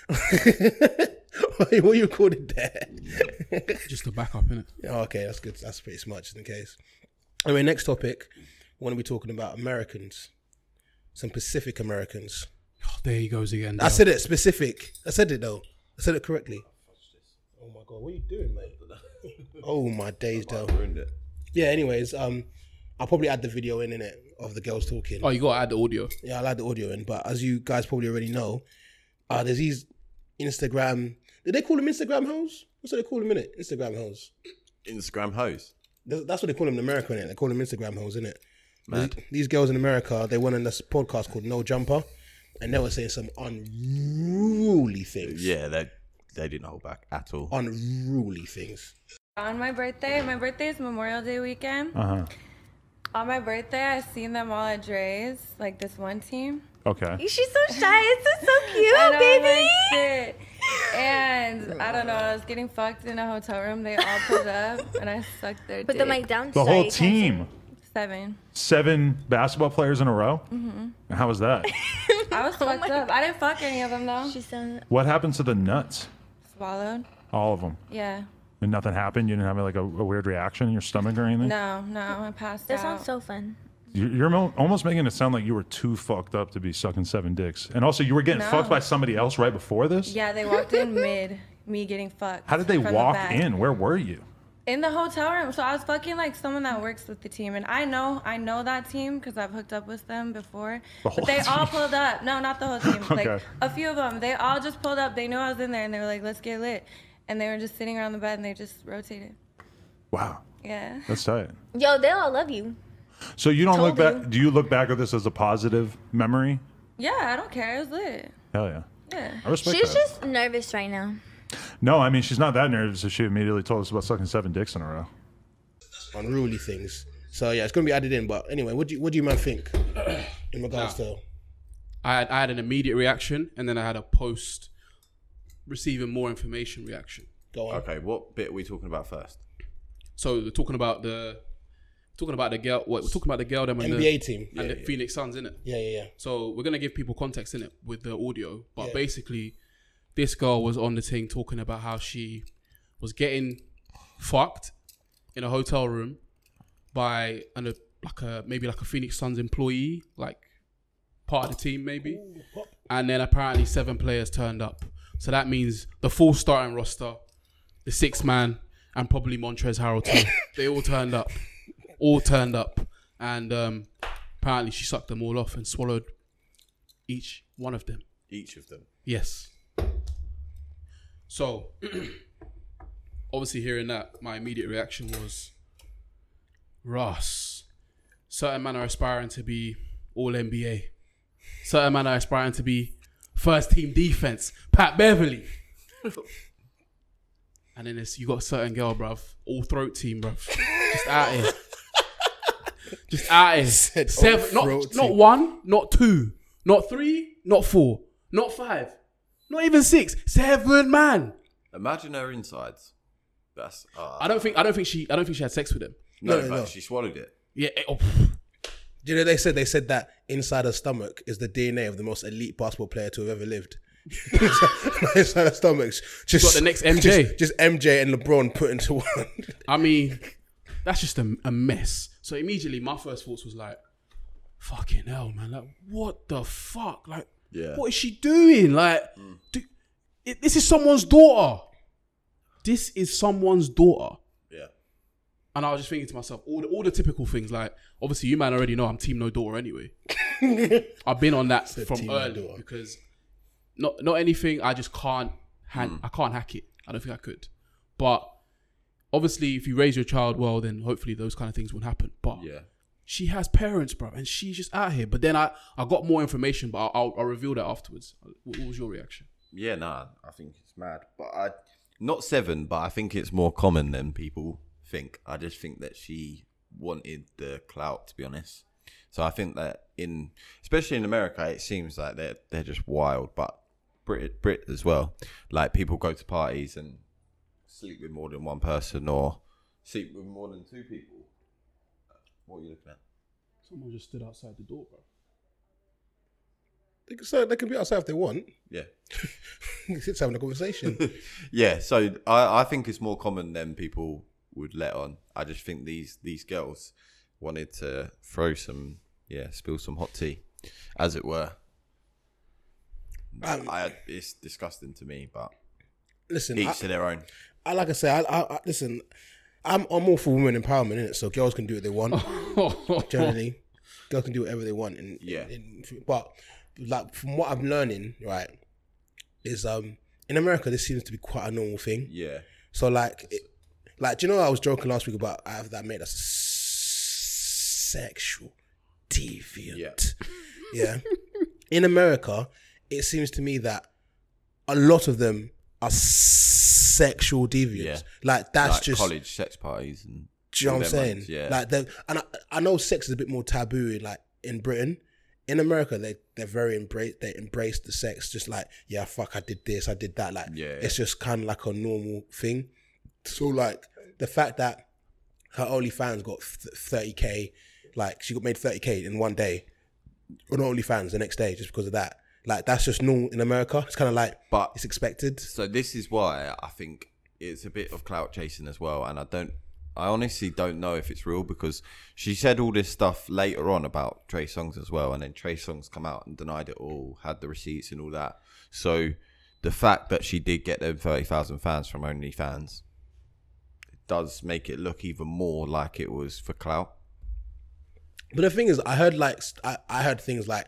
what you called it there?
just a backup, innit?
Oh, okay, that's good. That's pretty smart just in case. Anyway, next topic. We're going to be talking about Americans, some Pacific Americans.
Oh, there he goes again.
I said it specific. I said it though. I said it correctly. Oh my god, what are you doing, mate? oh my days, though.
Ruined it.
Yeah. Anyways, um, I'll probably add the video in in it of the girls talking.
Oh, you gotta add the audio.
Yeah, I'll add the audio in. But as you guys probably already know, uh, there's these Instagram. Did they call them Instagram hoes? What's what they call them in it? Instagram hoes.
Instagram hose.
That's that's what they call them in America, innit? They call them Instagram hoes, innit?
Mad.
These, these girls in America, they went on this podcast called No Jumper, and they were saying some unruly things.
Yeah, they they didn't hold back at all.
Unruly things.
On my birthday, my birthday is Memorial Day weekend. Uh-huh. On my birthday, I seen them all at Dre's, like this one team.
Okay.
She's so shy. It's so cute,
I know, I'm like,
baby.
"Shit." And I don't know, I was getting fucked in a hotel room. They all pulled up, and I sucked their
Put the
dick.
mic down.
The
Sorry,
whole
you can't
team,
seven.
seven basketball players in a row. Mm-hmm. How was that?
I
Oh
was fucked up. I didn't fuck any of them though.
see- She's so.
what happens to the nuts?
Swallowed.
All of them.
Yeah.
And nothing happened. You didn't have like a, a weird reaction in your stomach or anything.
No, no, I passed
That
out.
sounds so fun.
You- You're mo- almost making it sound like you were too fucked up to be sucking seven dicks. And also, you were getting
No.
fucked by somebody else right before this.
yeah, they walked in mid me getting fucked.
How did they
from the
walk
back.
in? Where were you?
in the hotel room. So I was fucking like someone that works with the team, and I know I know that team because I've hooked up with them before.
The
but
whole
they all
team?
pulled up. No, not the whole team. Like
Okay.
a few of them. They all just pulled up. They knew I was in there, and they were like, "Let's get lit." And they were just sitting around the bed, and they just rotated.
Wow,
Yeah.
that's tight.
Yo, they'll all love you.
So you don't look
Told
back.
you.
Do you look back at this as a positive memory?
Yeah, I don't care. It was lit.
Hell yeah,
Yeah.
I respect
She's
that.
just nervous right now.
No, I mean she's not that nervous if she immediately told us about sucking seven dicks in a row.
unruly things. So yeah, it's gonna be added in. But anyway, what do you, what do you man think in regards to?
I had, I had an immediate reaction, and then I had a post receiving more information reaction.
Go on.
Okay, what bit are we talking about first?
So we're talking about the talking about the girl. What we're talking about the girl them and
NBA
the,
team.
and the Phoenix Suns, innit?
Yeah, yeah, yeah.
So we're gonna give people context in it with the audio, but
Yeah.
basically, this girl was on the thing talking about how she was getting fucked in a hotel room by an a, like a maybe like a Phoenix Suns employee, like part of the team maybe, and then apparently seven players turned up. So that means the full starting roster, the six man, and probably Montrez Harrell too. they all turned up, all turned up, and um, apparently she sucked them all off and swallowed each one of them.
Each of them.
Yes. So, obviously, hearing that, my immediate reaction was, Ross, certain men are aspiring to be all NBA. Certain men are aspiring to be first team defense. Pat Beverly. and then it's, you got certain girl, bruv, all throat team, bruv. Just out here. Just out here.
Said all
Seven, not,
throat
not
team.
one, not two, not three, not four, not five, not even six, seven man.
Imagine her insides. That's. Uh,
I don't think I don't think she I don't think she had sex with him.
no,
No,
in
no,
fact,
no.
she swallowed it.
Yeah, eh, oh, pff.
Do you know they said they said that inside her stomach is the DNA of the most elite basketball player to have ever lived. inside her stomachs, just
Got the next MJ.
just, just MJ and LeBron put into one.
I mean, that's just a, a mess. So immediately, my first thoughts was like, "Fucking hell, man! Like, what the fuck? Like,
Yeah.
what is she doing? Like, do, it, this is someone's daughter. This is someone's daughter."
Yeah.
And I was just thinking to myself, all the, all the typical things. Like, obviously, you man already know I'm team no daughter anyway. I've been on that from
team no
early
daughter.
because not not anything. I just can't. Han-
Hmm.
I can't hack it. I don't think I could. But obviously, if you raise your child well, then hopefully those kind of things won't happen. But
Yeah.
she has parents, bro, and she's just out here. But then I, I got more information, but I'll, I'll, I'll reveal that afterwards. What, what was your reaction?
Yeah, nah, I think it's mad. But I not seven, but I think it's more common than people think. I just think that she wanted the clout, to be honest. So I think that in especially in America, it seems like they're they're just wild, but Brit Brit as well. Like people go to parties and sleep with more than one person or sleep with more than two people. What are you looking at?
Someone just stood outside the door, bro.
They can, so they can be outside if they want.
Yeah.
it's having a conversation.
yeah, so I, I think it's more common than people would let on. I just think these these girls wanted to throw some yeah, spill some hot tea, as it were. I, it's disgusting to me, but
Listen,
each
Um, I-
to their own.
I like I say, I, I, I listen. I'm I'm all for women empowerment, innit? So girls can do what they want. generally, girls can do whatever they want, and
Yeah.
and- but like from what I'm learning, right, is um in America this seems to be quite a normal thing.
Yeah.
So like, it, like do you know I was joking last week about I have that mate that's s- sexual deviant. yeah. In America, it seems to me that a lot of them are sexual deviants.
Yeah.
Like that's
Like
just
college sex parties and
Do you know
all
what I'm
them
saying?
ones, Yeah.
Like they and I, I know sex is a bit more taboo in like in Britain. In America, they they're very embrace they embrace the sex just like yeah fuck I did this I did that like
Yeah,
it's just kind of like a normal thing. So like the fact that her OnlyFans got thirty k, like she got made thirty k in one day on OnlyFans the next day just because of that. Like that's just normal in America. It's kind of like
but
it's expected.
So this is why I think it's a bit of clout chasing as well, and I don't. I honestly don't know if it's real because she said all this stuff later on about Trey Songs as well, and then Trey Songs come out and denied it all, had the receipts and all that. So the fact that she did get them thirty thousand fans from OnlyFans does make it look even more like it was for clout.
But the thing is, I heard like st- I, I heard things like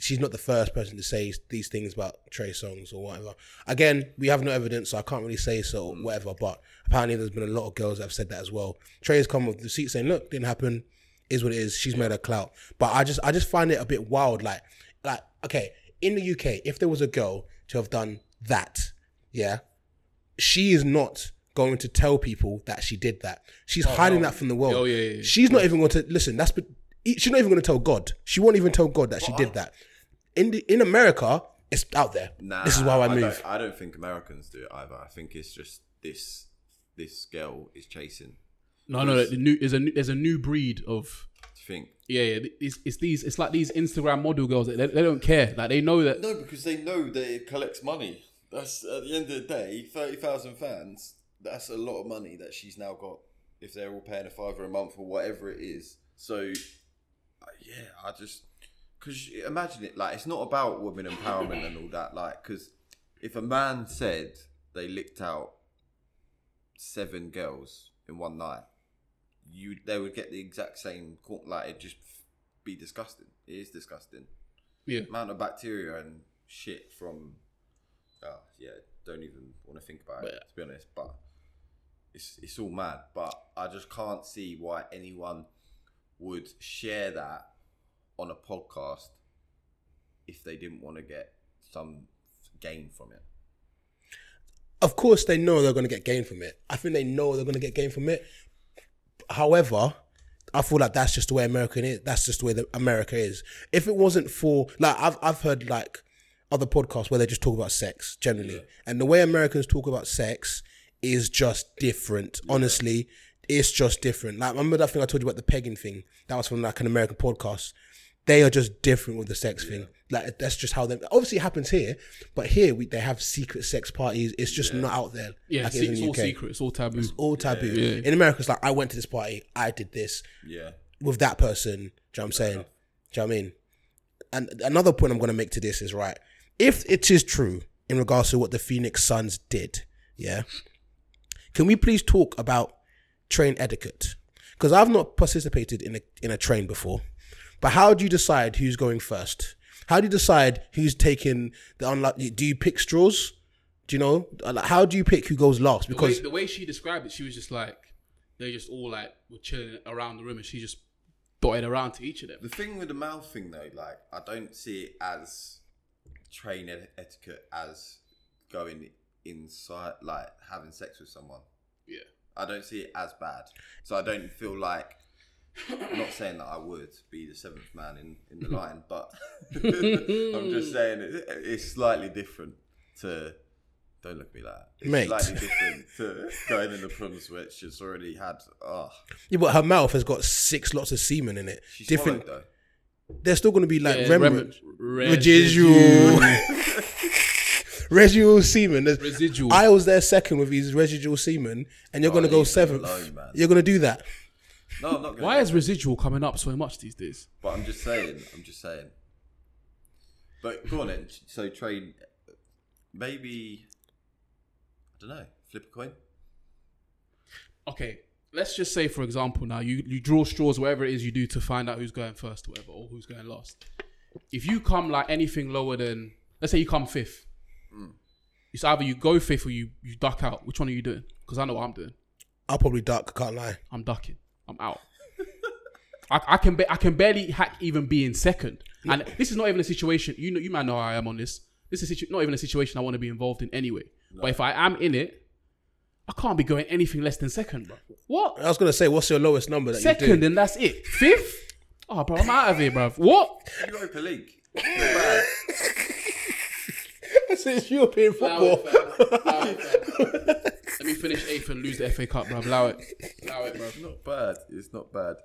she's not the first person to say these things about Trey Songs or whatever. Again, we have no evidence, so I can't really say so or
Mm.
whatever. But apparently, there's been a lot of girls that have said that as well. Trey has come with the seat saying, "Look, didn't happen. Is what it is. She's made a clout." But I just I just find it a bit wild. Like like okay, in the UK, if there was a girl to have done that, yeah, she is not going to tell people that she did that. She's hiding that from the world.
Oh, yeah, yeah, yeah.
She's not even going to listen. That's but she's not even going to tell God. She won't even tell God that she did that. In the, in America, it's out there.
Nah,
this is why I, move.
Don't, I don't think Americans do it either. I think it's just this this girl is chasing.
No, no, the new there's a new, there's a new breed of
Do you think?
yeah, yeah. It's, it's these it's like these Instagram model girls. They, they don't care. Like they know that
No, because they know that it collects money. That's at the end of the day, thirty thousand fans. That's a lot of money that she's now got. If they're all paying a fiver a month or whatever it is, so uh, yeah, I just because imagine it like it's not about women empowerment and all that. Like, because if a man said they licked out seven girls in one night, you they would get the exact same court. Like, it'd just be disgusting. It is disgusting
yeah.
amount of bacteria and shit from. Oh yeah, don't even want to think about it to be honest. But it's it's all mad. But I just can't see why anyone would share that on a podcast if they didn't want to get some gain from it.
of course they know they're going to get gain from it. I think they know they're going to get gain from it. However, I feel like that's just the way American is. That's just the way that America is. If it wasn't for like I've I've heard like other podcasts where they just talk about sex generally, and the way Americans talk about sex is just different. Honestly, It's just different. Like remember that thing I told you about the pegging thing? That was from like an American podcast. They are just different with the sex thing. Like that's just how they. Obviously, it happens here, but here we they have secret sex parties. It's just not out there.
Yeah,
like it
se-
is in
it's
the
all
UK.
secret. It's all taboo.
It's all taboo.
Yeah, yeah.
In America, it's like I went to this party. I did this.
Yeah.
With that person, do you know what I'm saying? Do you know what I mean? And another point I'm going to make to this is right. If it is true in regards to what the Phoenix Suns did, yeah, can we please talk about train etiquette? Because I've not participated in a in a train before. But how do you decide who's going first? How do you decide who's taking the unlucky? Do you pick straws? Do you know? Like, How do you pick who goes last?
The way,
Because
the way she described it, she was just like they just all like were chilling around the room, and she just dotted around to each of them.
The thing with the mouth thing though, like I don't see it as train et- etiquette as going inside, like having sex with someone.
Yeah,
I don't see it as bad, so I don't feel like. I'm not saying that I would be the seventh man in, in the line, but I'm just saying it, it's slightly different to. Don't look at me like that. It's
Mate.
slightly different to going in the proms, which it's already had. Oh,
yeah, but her mouth has got six lots of semen in it.
She
Different.
swallowed,
They're still going to be like
Yeah,
remnants,
rem-
residual, residual semen. There's-
Residual.
I was there second with these residual semen, and you're going to
Oh,
go
leave me
seventh.
alone, man.
you're going to do that.
No, I'm not gonna
Why is residual coming up so much these days?
But I'm just saying. I'm just saying. But go on then. So train. Maybe. I don't know. Flip a coin.
Okay, let's just say for example now you you draw straws, whatever it is you do to find out who's going first, or whatever, or who's going last. If you come like anything lower than, let's say you come fifth, Mm. it's either you go fifth or you you duck out. Which one are you doing? Because I know what I'm doing.
I'll probably duck. Can't lie.
I'm ducking. I'm out. I, I can ba- I can barely hack even being second, and this is not even a situation. You know, you might know how I am on this. This is situ- not even a situation I want to be involved in anyway. But if I am in it, I can't be going anything less than second, bro. What?
I was going to say, what's your lowest number that you
Second,
do?
and that's it. Fifth? Oh, bro, I'm out of here, bro. What?
Europa League.
It's European football.
Let me finish eighth and lose the FA Cup, bro. Allow it. Allow it, bro.
It's not bad. It's not bad.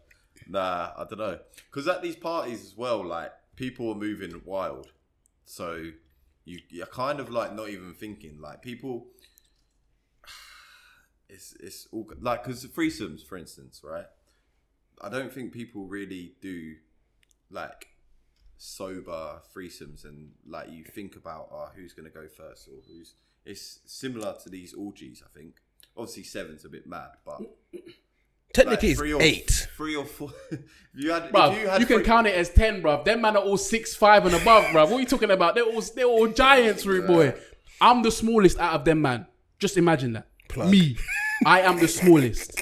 Nah, I don't know. Because at these parties as well, like people are moving wild. So you, you're kind of like not even thinking. Like people, it's it's all like because threesomes, for instance, right? I don't think people really do like sober threesomes and like you think about oh, who's going to go first or who's. It's similar to these orgies, I think. Obviously, seven's a bit mad, but
Technically, it's
three or,
eight.
Three or four. if you had,
Bruv,
if
you,
you had
can
three-
count it as ten, bruv. Them man are all six five and above, bruv. What are you talking about? They're all they're all giants, rude boy. I'm the smallest out of them, man. Just imagine that. Me, I am the smallest.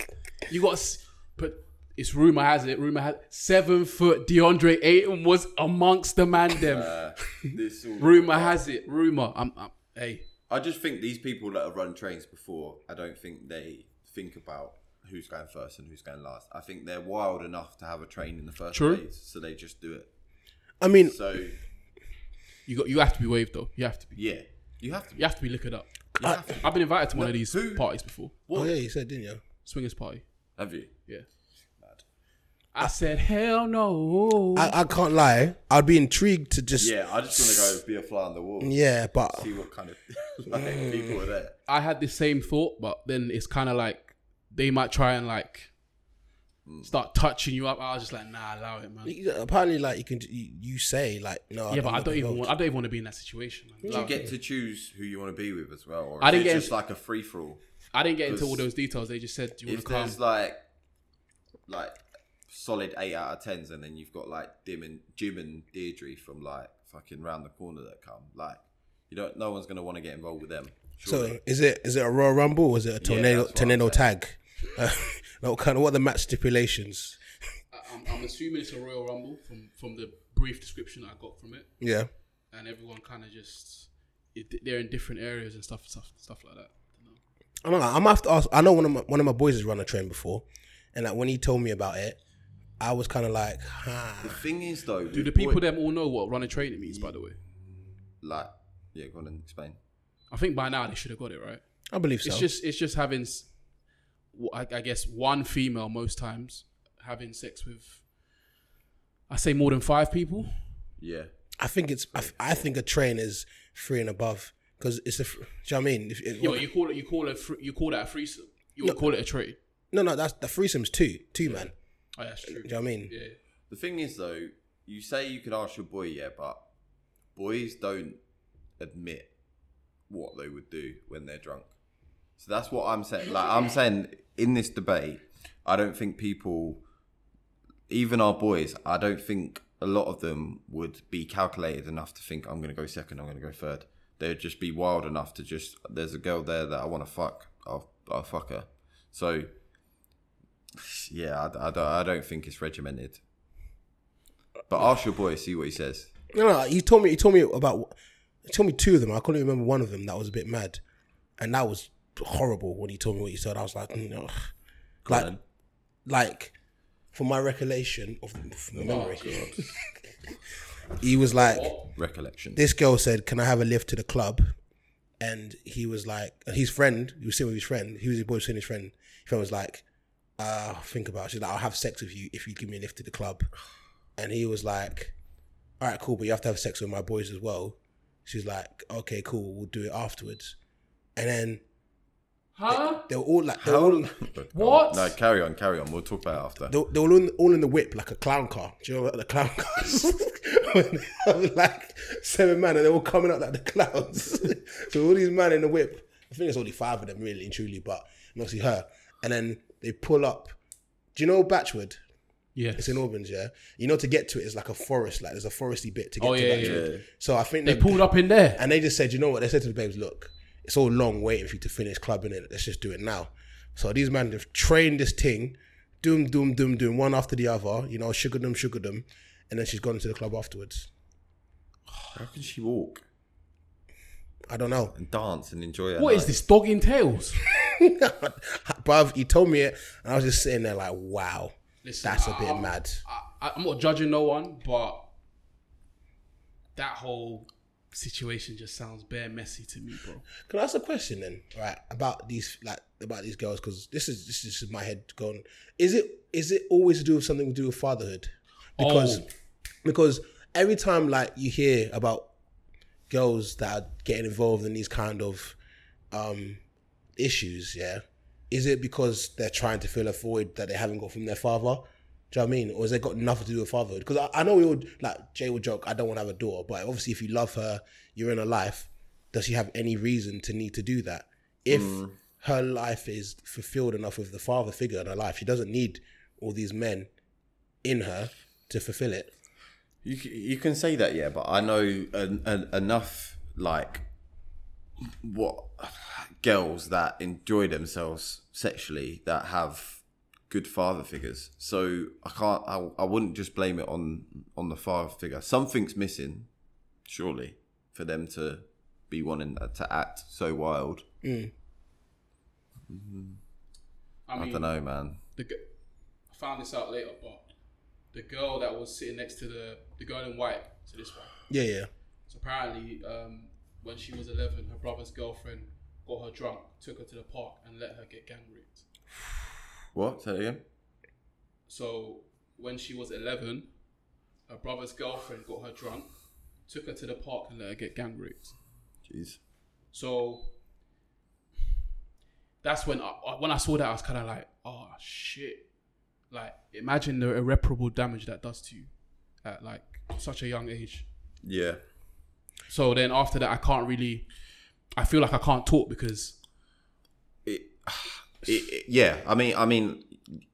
You got, s- but it's rumor has it. Rumor has seven foot DeAndre Ayton was amongst the man them.
Uh, this all-
rumor has it. Rumor. I'm, I'm hey.
I just think these people that have run trains before, I don't think they think about who's going first and who's going last. I think they're wild enough to have a train in the first
True.
place, so they just do it.
I mean,
So
You got you have to be waved though. You have to be.
yeah, you have to.
You have to be liquored up.
You have to.
I've been invited to one of these
who-
parties before.
oh yeah, you said, didn't you?
Swingers party.
Have you?
Yeah. I said hell no.
I, I can't lie. I'd be intrigued to just
Yeah, I just want to go be a fly on the wall.
Yeah, but-
see what kind of like, people are there.
I had the same thought, but then it's kind of like they might try and like
Mm.
start touching you up. I was just like, nah, allow it, man.
You- Apparently, like you can, you, you say like no.
yeah, but
I'm
I
not
don't even
involved.
want. I don't even want to be in that situation. Man.
Do
Allow
you
it.
get to choose who you want to be with as well, or
I
I
didn't
didn't
get
just
into-
like a free for all?
I didn't get into all
'Cause-
those details. They just said, do you want
if
to come?
there's like like solid eight out of tens, and then you've got like Dim and Jim and Deirdre from like fucking round the corner that come, like you don't. No one's gonna want to get involved with them.
So
surely.
is it is it a Royal Rumble or is it a tornado
that's what
tornado
I'm
tag? Uh, no, kind of what are the match stipulations?
I- I'm, I'm assuming it's a Royal Rumble from from the brief description that I got from it,
Yeah,
and everyone kind of just it, they're in different areas and stuff, stuff, stuff like that.
I don't know. I'm gonna have to ask. I know one of my, one of my boys has run a train before, and like when he told me about it, I was kind of like,
the
huh.
thing is though,
Do the
with
people
boy-
them all know what running training means? By the way,
like yeah, go on and explain.
I think by now they should have got it right.
I believe so.
It's just it's just having s- w- I, I guess one female most times having sex with. I say more than five people.
Yeah.
I think it's. I, I think a train is three and above because it's a. fr- Do you know what I mean? If, it-
Yo, you call it you call it fr- you call that a threesome. You would call it a trade.
no, no, that's the threesome's two, two man.
Oh, that's true.
Do you know what I mean?
Yeah.
The thing is, though, you say you could ask your boy, yeah, but boys don't admit what they would do when they're drunk. So that's what I'm saying. Like I'm saying in this debate, I don't think people, even our boys, I don't think a lot of them would be calculated enough to think I'm going to go second, I'm going to go third. They'd just be wild enough to just there's a girl there that I want to fuck. I'll I'll fuck her. So yeah, I, I don't I don't think it's regimented. But ask your boy, see what he says.
No, no, he told me. He told me about. He told me two of them. I couldn't remember one of them. That was a bit mad, and that was horrible when he told me what he said. I was like, no, like, like, from my recollection of from the memory, he was like,
Recollection.
this girl said, "Can I have a lift to the club?" And he was like, and his friend, he was sitting with his friend, he was his boy was sitting with his friend. His friend was like, uh, think about it. She's like, I'll have sex with you if you give me a lift to the club. And he was like, All right, cool, but you have to have sex with my boys as well. She's like, Okay, cool, we'll do it afterwards. And then
Huh?
they were all like, they were all,
What?
No, carry on, carry on. We'll talk about it after.
they, were- they were all in, all in the whip like a clown car. Do you know what the clown cars? I was like seven man, and they were coming out like the clowns. so all these men in the whip. I think it's only five of them really and truly, but mostly her. And then they pull up. Do you know Batchwood?
Yeah.
It's in Auburn, yeah. You know, to get to it is like a forest. Like there's a foresty bit to get
Oh,
to
yeah,
Batchwood.
yeah.
So I think
They pulled up in there.
and they just said, you know what? They said to the babes, look, it's all long waiting for you to finish clubbing it. Let's just do it now. So these men have trained this thing, doom, doom, doom, doom, one after the other, you know, sugar them, sugar them. And then she's gone into the club afterwards.
How can she walk
I don't know.
and dance and enjoy her?
What is this dog in tails?
Bruv, he told me it, and I was just sitting there like, wow,
Listen,
that's a bit
I'm-
mad.
I, I'm not judging no one, but that whole situation just sounds bare messy to me, bro.
Can I ask a question then, right? About these, like, about these girls, because this is this is my head going. Is it is it always to do with something to do with fatherhood? Because
Oh.
because every time like you hear about girls that are getting involved in these kind of um issues, yeah, is it because they're trying to fill a void that they haven't got from their father? Do you know what I mean? Or has it got nothing to do with fatherhood? Because I, I know we would like Jay would joke, I don't want to have a daughter, but obviously if you love her, you're in her life, does she have any reason to need to do that? If
Mm.
her life is fulfilled enough with the father figure in her life, she doesn't need all these men in her to fulfill it.
You, c- you can say that, yeah, but I know en- en- enough, like, what girls that enjoy themselves sexually that have good father figures. So I can't, I, I wouldn't just blame it on on the father figure. Something's missing, surely, for them to be wanting to act so wild.
Mm.
I,
I
mean,
don't know, man.
The, g- I found this out later, but the girl that was sitting next to the the girl in white, so this one.
Yeah, yeah.
So apparently, um, when she was 11, her brother's girlfriend got her drunk, took her to the park, and let her get gang raped.
What? Say that again?
So when she was 11, her brother's girlfriend got her drunk, took her to the park, and let her get gang raped.
Jeez.
So that's when I, I- when I saw that, I was kind of like, oh shit! Like, imagine the irreparable damage that does to you at like such a young age.
Yeah.
So then after that, I can't really. I feel like I can't talk because
it, it- yeah, I mean, I mean,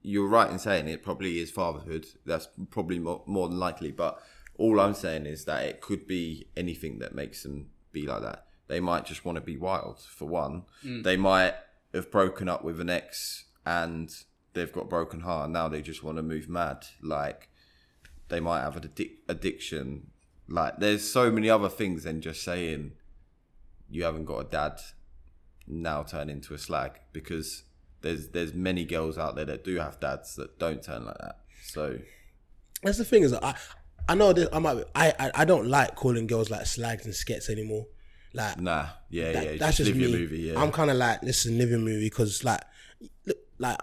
you're right in saying it probably is fatherhood. That's probably more, more than likely. But all I'm saying is that it could be anything that makes them be like that. They might just want to be wild. For one,
Mm.
they might have broken up with an ex and they've got a broken heart. And now they just want to move mad. Like they might have an addic- addiction. Like there's so many other things than just saying you haven't got a dad now turn into a slag because there's there's many girls out there that do have dads that don't turn like that. So
That's the thing is I I know that I might I, I I don't like calling girls like slags and skets anymore. Like
nah, yeah,
that-
Mm, yeah,
that's just,
live
me.
your movie. Yeah,
I'm kind of like listen, live your movie because like look, like,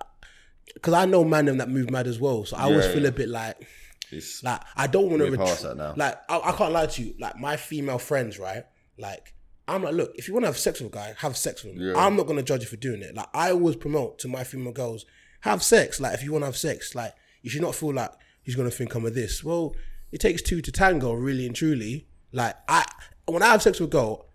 because I know man them that move mad as well. So I always
Yeah,
feel
yeah.
a bit like,
It's-
like I don't want to
we're past that
retreat.
now.
Like I, I can't lie to you. Like my female friends, right? Like I'm like, look, if you want to have sex with a guy, have sex with him.
Yeah.
I'm not gonna judge you for doing it. Like I always promote to my female girls, have sex. Like if you want to have sex, like you should not feel like he's gonna think I'm a this. Well, it takes two to tango, really and truly. Like I, when I have sex with a girl,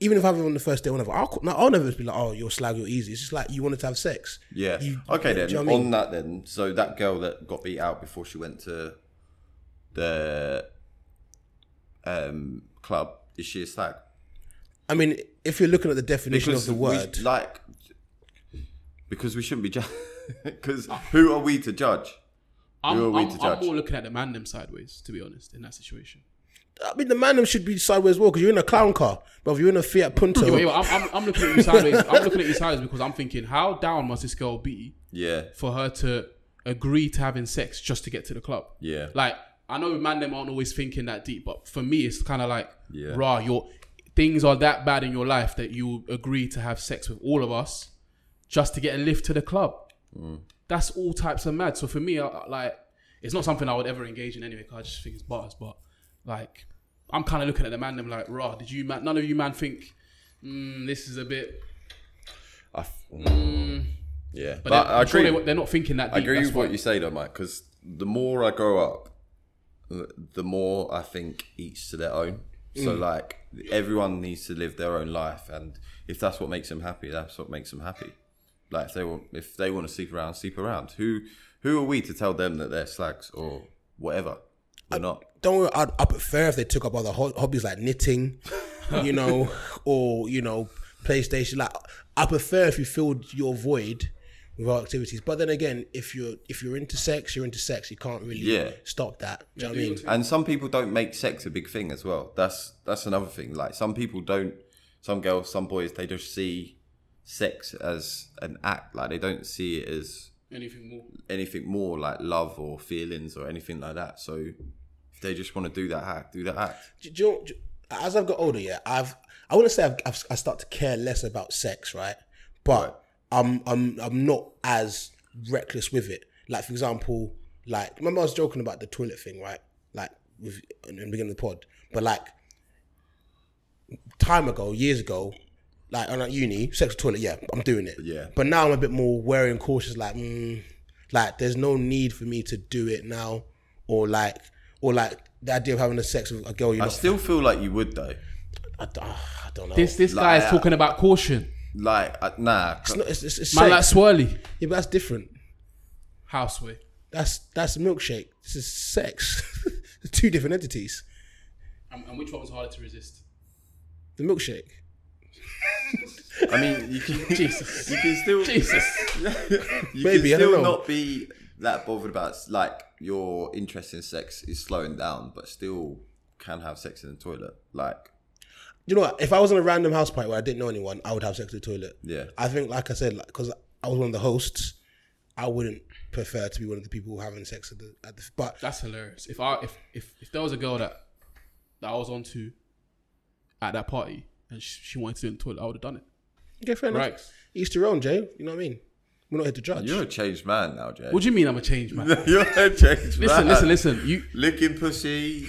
even if I have it on the first day, or whatever, I'll, call- no, I'll never be like, oh, you're slag, you're easy. It's just like you wanted to have sex.
Yeah.
You-
okay
do
then.
you know
on
what I mean?
that then, so that girl that got beat out before she went to the um club, is she a stag?
I mean, if you're looking at the definition of the
we-
word,
like, because we shouldn't be judged. Because who are we to judge?
I'm,
who are we
I'm,
to
I'm
judge?
more looking at the man them sideways, to be honest, in that situation.
I mean, the man should be sideways as well because you're in a clown car, but if you're in a Fiat Punto,
Yeah, but- yeah, but I'm, I'm, I'm looking at you sideways. I'm looking at you sideways because I'm thinking, how down must this girl be?
Yeah.
For her to agree to having sex just to get to the club.
Yeah.
Like I know man them aren't always thinking that deep, but for me it's kind of like,
Yeah.
rah, your things are that bad in your life that you agree to have sex with all of us just to get a lift to the club.
Mm.
That's all types of mad. So for me, I, I- like, it's not something I would ever engage in anyway. 'cause I just think it's bars. But like, I'm kind of looking at the man them like, rah, did you man? None of you man think mm, this is a bit.
I f- Yeah,
mm, But they're- I'm sure they- they're not thinking that
I
deep,
agree
that's
with what
why.
you say though, Mike. Because the more I grow up, the the more I think each to their own. So
Mm.
like everyone needs to live their own life, and if that's what makes them happy, that's what makes them happy. Like if they want, if they want to sleep around, sleep around. Who who are we to tell them that they're slags or whatever? We're not.
don't worry, I'd, I'd prefer if they took up other ho- hobbies like knitting, you know, or you know, PlayStation. Like, I prefer if you filled your void with our activities. But then again, if you're if you're into sex, you're into sex. You can't really
Yeah.
stop that. Do you know what I mean?
And some people don't make sex a big thing as well. That's that's another thing. Like some people don't. Some girls, some boys, they just see sex as an act. Like they don't see it as
Anything more.
anything more like love or feelings or anything like that. So if they just want to do that act, do that act.
do, do, you know- do, as I've got older, yeah, I've I wouldn't say I've, I've I start to care less about sex, right? But I'm I'm I'm not as reckless with it. Like for example, like remember I was joking about the toilet thing, right? Like with, in the beginning of the pod, but like time ago, years ago, like I'm at uni, sex with toilet, yeah, I'm doing it.
Yeah.
But now I'm a bit more wary and cautious. Like, mm, like there's no need for me to do it now, or like, or like the idea of having a sex with a girl you
I
know.
still feel like you would though.
I, d- ah, I don't know.
This this guy is talking about caution.
Like uh, nah,
It's not, it's, it's, it's
Man,
sex.
like Swirly.
Yeah, but that's different.
Houseway.
That's that's a milkshake. This is sex. Two different entities.
And, and which one was harder to resist?
The milkshake.
I mean, you can
Jesus.
You can still
Jesus.
you
Maybe, I
can
don't know.
still not be that bothered about like your interest in sex is slowing down, but still can have sex in the toilet. Like
You know what? If I was in a random house party where I didn't know anyone, I would have sex with the toilet.
yeah,
I think, like I said, like because I was one of the hosts, I wouldn't prefer to be one of the people having sex at the at the. But
That's hilarious. If I if if, if there was a girl that that I was onto at that party and she, she wanted to do it in the toilet, I would have done it.
Okay, fair enough.
Right.
Each their own, Jay. You know what I mean? We're not here to judge.
you're a changed man now, Jay.
What do you mean I'm a change man?
You're a changed
Listen,
man.
listen, listen. You
Licking pussy,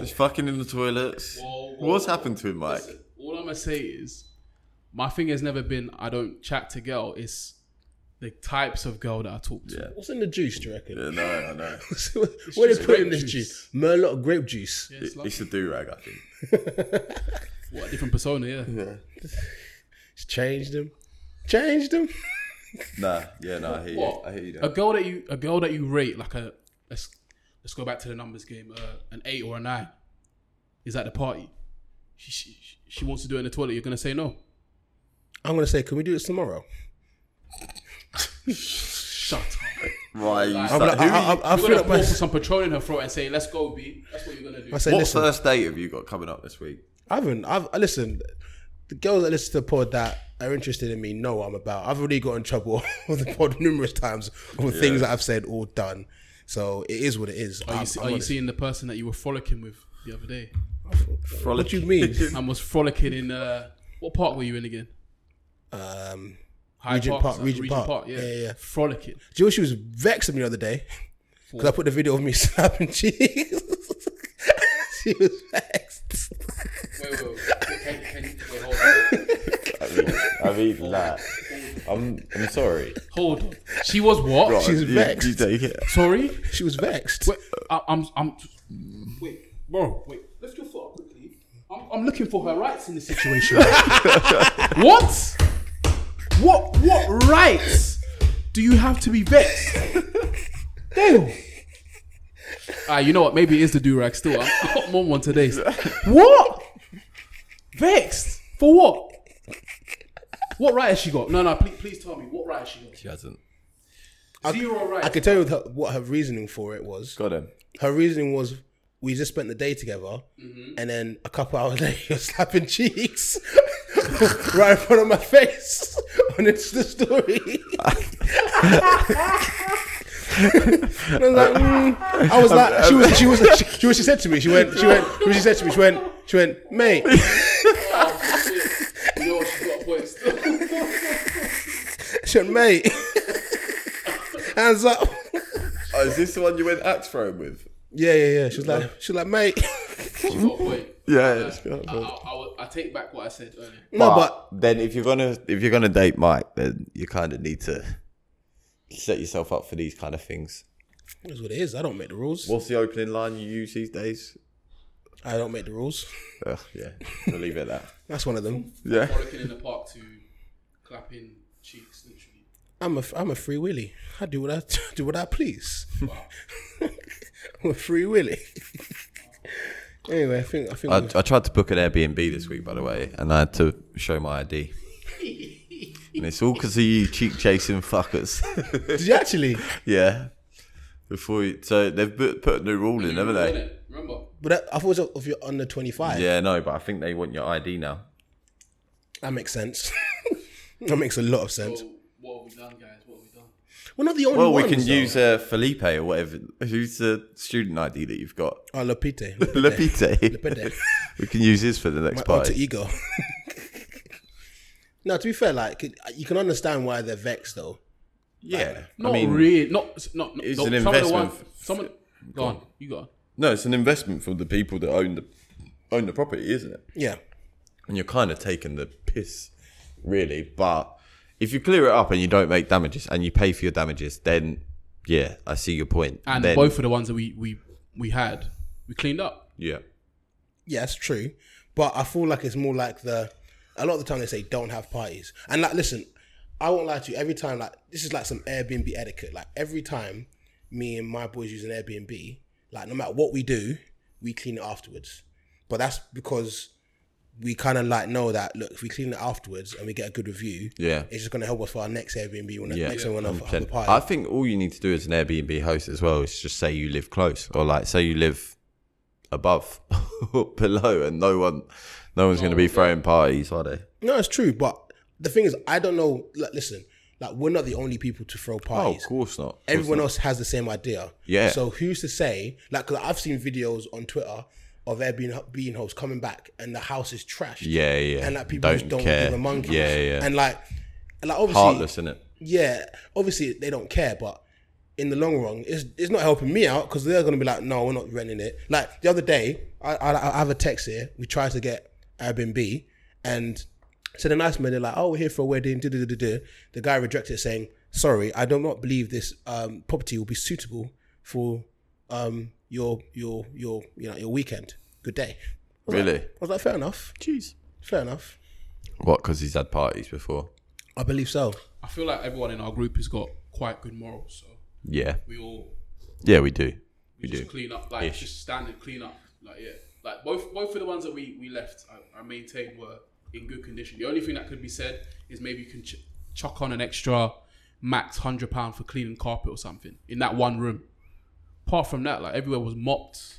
just fucking in the toilets. What's happened to him, Mike?
all I'm gonna say is my thing has never been I don't chat to girl, it's the types of girl that I talk to.
What's in the juice? Do you reckon?
Yeah, no, I know.
what they
just
put in
grape
this
juice.
juice? Merlot grape juice.
It- It's a do rag, I think.
What a different persona, yeah.
It's changed them. Changed them.
Nah, yeah, no, I hear you.
What?
I hear you.
A girl that you a girl that you rate like a let's let's go back to the numbers game. Uh, an eight or a nine is at the party. She, she she wants to do it in the toilet. You're gonna say no.
I'm gonna say, can we do this tomorrow?
Shut up.
Right, you
Like-
start,
like,
who
I-
are you-
I- I-
you're
feel
gonna
like my-
pour some Patron in her throat and say, "Let's go, B." That's what you're gonna do.
I say,
what
listen,
first date have you got coming up this week?
I haven't. I've listened. The girls that listen to the pod that are interested in me know what I'm about. I've already got in trouble on the pod numerous times over things that I've said or done. So it is what it is.
Are you,
I'm-
se-
I'm
are you
honest.
seeing the person that you were frolicking with the other day?
What do you mean?
and was frolicking in uh, what park were you in again?
um,
Hyde
Regent
Park,
Park,
so-
Regent Park.
Regent Park, yeah. Frolicking.
Do you know she was vexed at me the other day? Because I put the video of me slapping cheeks. she was vexed.
Wait, wait, wait. Can, can, wait, hold on.
I've eaten, I've eaten that. I'm, I'm sorry.
Hold on. She was what?
Right,
She's
Oh, you-
vexed.
You take it.
Sorry?
She was vexed.
Wait, I, I'm, I'm, wait, bro, wait. Lift your foot up quickly. I'm, I'm looking for her rights in this situation. what? What? What rights do you have to be vexed? Damn. Ah, you know what? Maybe it is the do rag still. I'm, I'm on one today. What? Vexed for what? What right has she got? No, no. Please, please tell me what right has she got.
She hasn't.
Zero right.
I could tell you her, what her reasoning for it was.
Got him.
Her reasoning was we just spent the day together, and then a couple hours later you're slapping cheeks right in front of my face on Insta story. And I was like, mm. I was like, she was, she was, she, she, was- she said to me, she went, she went, she, was- she said to me, she went, she went, mate.
Yo, she's got a point still.
She went, mate. Hands up.
Oh, is this the one you went axe throwing with?
Yeah, yeah, yeah. She was like, she was like, mate.
She's got a point.
Yeah, it's
I,
got a
I,
point.
I, will- I take back what I said earlier.
No, but
then if you're gonna if you're gonna date Mike, then you kind of need to set yourself up for these kind of things.
That's what it is. I don't make the rules.
What's the opening line you use these days?
I don't make the rules.
Ugh, yeah, we'll leave it at that.
That's one of them.
Yeah.
Frolicking in the park to clapping cheeks, literally.
I'm a I'm a free willie. I do what I do what I please. I'm a free willie. anyway, I think I think
I-
we've-
I tried to book an Airbnb this week, by the way, and I had to show my ID. and it's all because of you cheek chasing fuckers.
did you actually?
yeah. Before you, so they've put, put a new rule in, haven't they?
Remember?
But that, I thought it was if you're under 25,
Yeah, no, but I think they want your ID now.
that makes sense. that makes a lot of sense.
So, what have we done, guys? What have we done?
We're not the only
Well,
ones.
we can
though.
use uh, Felipe or whatever. Who's the student ID that you've got?
oh, Lopite.
Lepite.
Lepite.
we can use his for the
my
next
alter
party.
ego. no, to be fair, like it- you can understand why they're vexed though.
Yeah.
Not
I mean,
really. Not, not, not
it's
no,
an
some of the
investment.
ones- some of- go on. You go on.
no, it's an investment for the people that own the own the property, isn't it?
Yeah,
And you're kind of taking the piss, really. But if you clear it up and you don't make damages and you pay for your damages, then yeah, I see your point.
And
then,
both of the ones that we, we, we had, we cleaned up.
yeah,
yeah, that's true. But I feel like it's more like the a lot of the time they say don't have parties. And like, listen, I won't lie to you. Every time, like, this is like some Airbnb etiquette. Like every time me and my boys use an Airbnb, like no matter what we do, we clean it afterwards. But that's because we kind of like know that look, if we clean it afterwards and we get a good review,
Yeah.
it's just going to help us for our next Airbnb when
yeah.
next time we're on a- on a
100%.
party.
I think all you need to do as an Airbnb host as well is just say you live close or like say you live above or below, and no one, no one's going to be throwing parties, are they?
No, it's true, but the thing is, I don't know. Like, listen, like we're not the only people to throw
Oh,
parties.
of course not. Of course
Everyone
not.
else has the same idea.
Yeah.
So who's to say? Like, i I've seen videos on Twitter of Airbnb being hosts coming back and the house is trashed.
Yeah, yeah.
And like people just don't give a monkey.
Yeah, yeah.
And like, like obviously,
Heartless, isn't it?
yeah, obviously they don't care, but in the long run, it's it's not helping me out because they're gonna be like, no, we're not renting it. Like the other day, I I, I have a text here. We tried to get Airbnb, and so the nice men they're like, oh, we're here for a wedding. duh, duh, duh, duh, duh." The guy rejected, it, saying, sorry, I do not believe this um, property will be suitable for um, your your your you know your weekend. Good day. I was like-
Really?
I was like, fair enough.
Jeez.
Fair enough.
What? Because he's had parties before.
I believe so.
I feel like everyone in our group has got quite good morals. So,
Yeah.
we all
Yeah, we do. We
just
do.
clean up, like just standard clean up, like yeah, like both both of the ones that we we left, I, I maintain were in good condition. The only thing that could be said is maybe you can ch- chuck on an extra max hundred pound for cleaning carpet or something in that one room. Apart from that, like everywhere was mopped,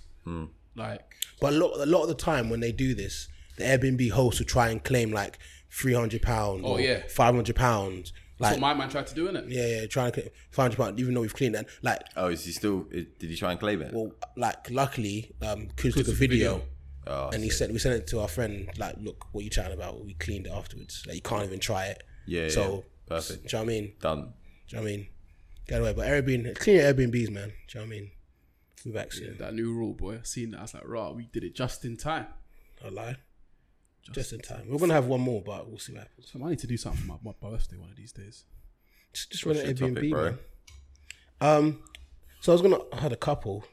like
But a lot, a lot of the time when they do this, the Airbnb hosts will try and claim like three hundred pounds.
Oh, yeah.
five hundred pounds.
that's
Like
what my man tried to do in it.
yeah, yeah, trying to claim five hundred pounds, even though we've cleaned. And like,
Oh, is he still? i- Did he try and claim it?
well, like luckily, um, Kuz took a
took a
video.
video.
Oh, I
and he
see.
sent we sent it to our friend like look what you chatting about we cleaned it afterwards like you can't even try it
Yeah,
so
Perfect.
Do you know what I mean?
Done.
Do you know what I mean? Get away. But Airbnb, clean your Airbnbs, man. Do you know what I mean? Be back
Yeah,
soon.
that new rule, boy. I seen that. I was like, rah, we did it just in time.
I lie. Just, in time. We're gonna have one more, but we'll see what happens.
So I need to do something for my, my birthday one of these days.
Just, just run an Airbnb,
What's your topic, bro?
man. Um, so I was gonna. I had a couple.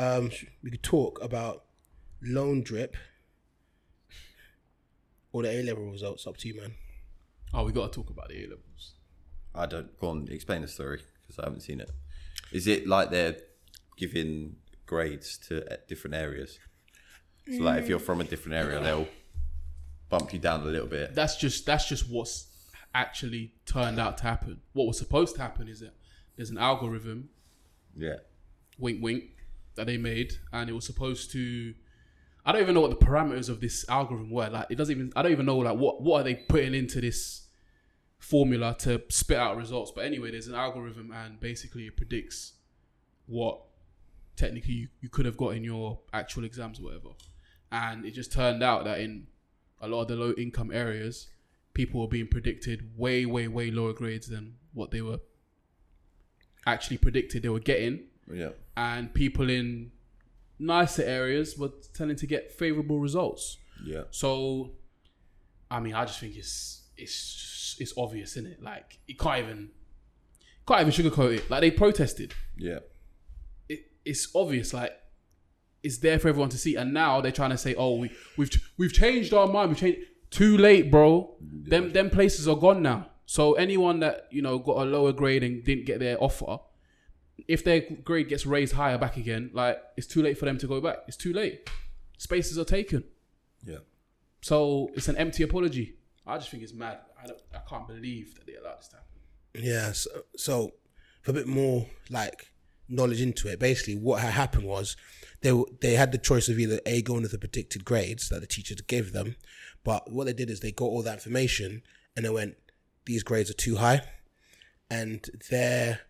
Um, sh- we could talk about loan drip or the A level results. Up to you, man.
Oh, we got to talk about the A levels.
I don't. Go on, explain the story because I haven't seen it. Is it like they're giving grades to uh, different areas? So, like, if you're from a different area, they'll bump you down a little bit.
That's just that's just what's actually turned out to happen. What was supposed to happen is that there's an algorithm
Yeah.
wink wink that they made and it was supposed to i don't even know what the parameters of this algorithm were like it doesn't even i don't even know like what what are they putting into this formula to spit out results but anyway there's an algorithm and basically it predicts what technically you, you could have got in your actual exams or whatever and it just turned out that in a lot of the low income areas people were being predicted way way way lower grades than what they were actually predicted they were getting
Yeah.
and people in nicer areas were tending to get favorable results.
Yeah.
So, I mean, I just think it's it's it's obvious, isn't it? Like, you can't even can't even sugarcoat it. Like, they protested.
Yeah.
It, it's obvious. Like, it's there for everyone to see. And now they're trying to say, "Oh, we we've we've changed our mind. We've changed." Too late, bro. Them them places are gone now. So anyone that you know got a lower grade and didn't get their offer, if their grade gets raised higher back again, like it's too late for them to go back. It's too late. Spaces are taken.
Yeah.
So it's an empty apology. I just think it's mad. I don't, I can't believe that they allowed this to happen.
Yeah. So, so for a bit more like knowledge into it, basically what had happened was they were, they had the choice of either a going with the predicted grades that the teachers gave them, but what they did is they got all that information and they went, these grades are too high, and their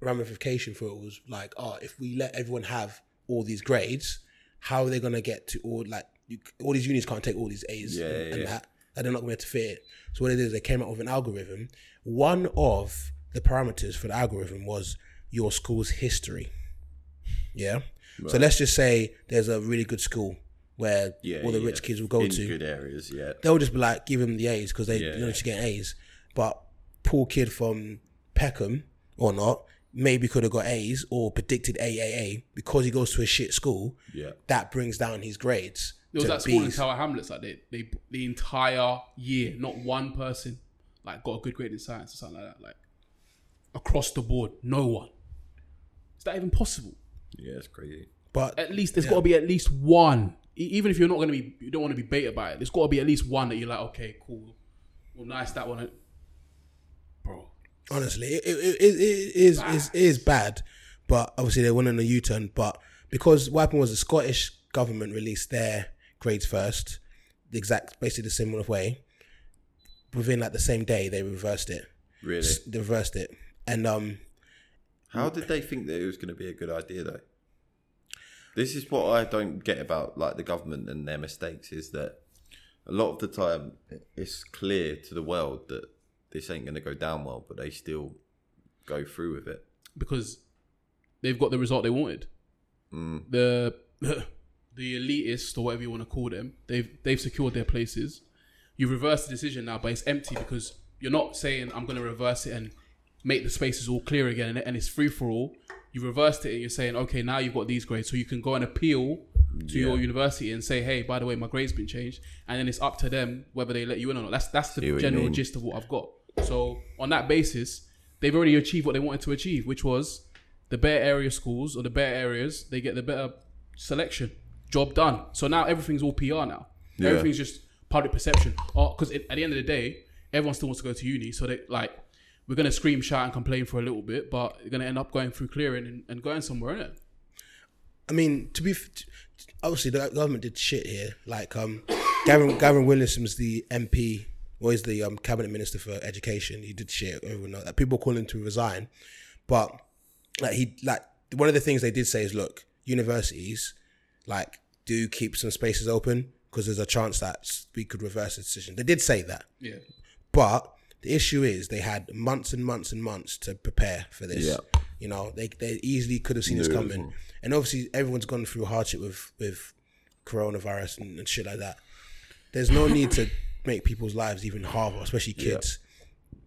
ramification for it was like, oh, if we let everyone have all these grades, how are they gonna get to all like you, all these unis can't take all these A's
Yeah,
and,
yeah,
and
yeah.
that that they're not going to be able to fit it. So what they did is they came up with an algorithm. One of the parameters for the algorithm was your school's history. Yeah. So
Right.
let's just say there's a really good school where
Yeah.
all the
yeah.
rich kids will go
in
to.
good areas. Yeah.
They'll just be like, give them the A's because they
Yeah.
don't just get A's. But poor kid from Peckham or not, maybe could have got A's or predicted AAA because he goes to a shit school.
Yeah.
That brings down his grades.
There was
to
that school in
Bs.
Tower Hamlets. Like they, they, the entire year, not one person like got a good grade in science or something like that. Like across the board, no one. Is that even possible?
Yeah. It's crazy.
But
at least there's got to be at least one. E- Even if you're not going to be, you don't want to be bait about it. There's got to be at least one that you're like, okay, cool, well, nice that one, bro.
Honestly, it, it, it, it is is is bad, but obviously they went on a U turn. But because what happened was the Scottish government released their grades first, the exact basically the similar way. Within like the same day, they reversed it.
Really?
S- They reversed it, and um,
How did they think that it was going to be a good idea though? This is what I don't get about like the government and their mistakes is that a lot of the time it's clear to the world that this ain't going to go down well, but they still go through with it.
because they've got the result they wanted. The the elitists or whatever you want to call them, they've they've secured their places. You've reversed the decision now, but it's empty because you're not saying I'm going to reverse it and make the spaces all clear again and, and it's free for all. You reversed it and you're saying, okay, now you've got these grades, so you can go and appeal to your university and say, hey, by the way, my grade's been changed, and then it's up to them whether they let you in or not. That's that's
See what
the
you
general
mean.
gist of what I've got. So on that basis, they've already achieved what they wanted to achieve, which was the better area schools or the better areas, they get the better selection. Job done. So now everything's all PR now.
Yeah.
Everything's just public perception. Because at the end of the day, everyone still wants to go to uni. So they like, we're going to scream, shout, and complain for a little bit, but you're going to end up going through clearing and, and going somewhere, innit?
I mean, to be f- t- obviously the government did shit here. Like, um, Gavin Gavin Williamson's the MP, or he's the um, cabinet minister for education. He did shit. Everyone know that. People call him to resign, but like he like one of the things they did say is, look, universities like do keep some spaces open because there's a chance that we could reverse the decision. They did say that.
Yeah.
But The issue is they had months and months and months to prepare for this.
Yeah.
You know, they they easily could have seen this
Knew it was
coming. And obviously, everyone's gone through hardship with with coronavirus and, and shit like that. There's no need to make people's lives even harder, especially
Yeah.
kids.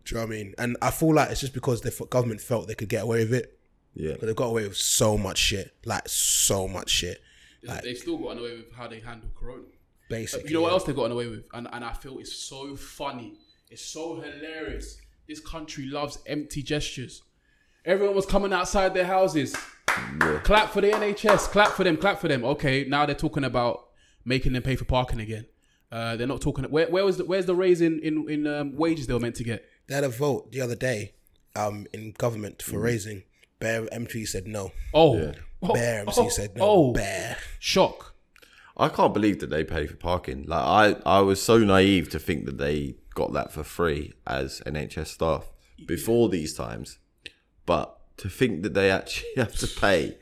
Do you know what I mean? And I feel like it's just because the f- government felt they could get away with it.
Yeah.
But they got away with so much shit. Like, so much shit. Like,
They've still gotten away with how they handle Corona.
Basically,
you know what
yeah.
else they've gotten away with, and and I feel it's so funny, it's so hilarious. This country loves empty gestures. Everyone was coming outside their houses, clap for the NHS, clap for them, clap for them. Okay, now they're talking about making them pay for parking again. Uh, they're not talking. Where, where was the, where's the raise in in, in um, wages they were meant to get?
They had a vote the other day um, in government for
Mm.
raising. Bear MC said no.
Oh.
Bear MC said no. Bear.
Shock.
I can't believe that they pay for parking. Like I, I was so naive to think that they got that for free as NHS staff before these times. But to think that they actually have to pay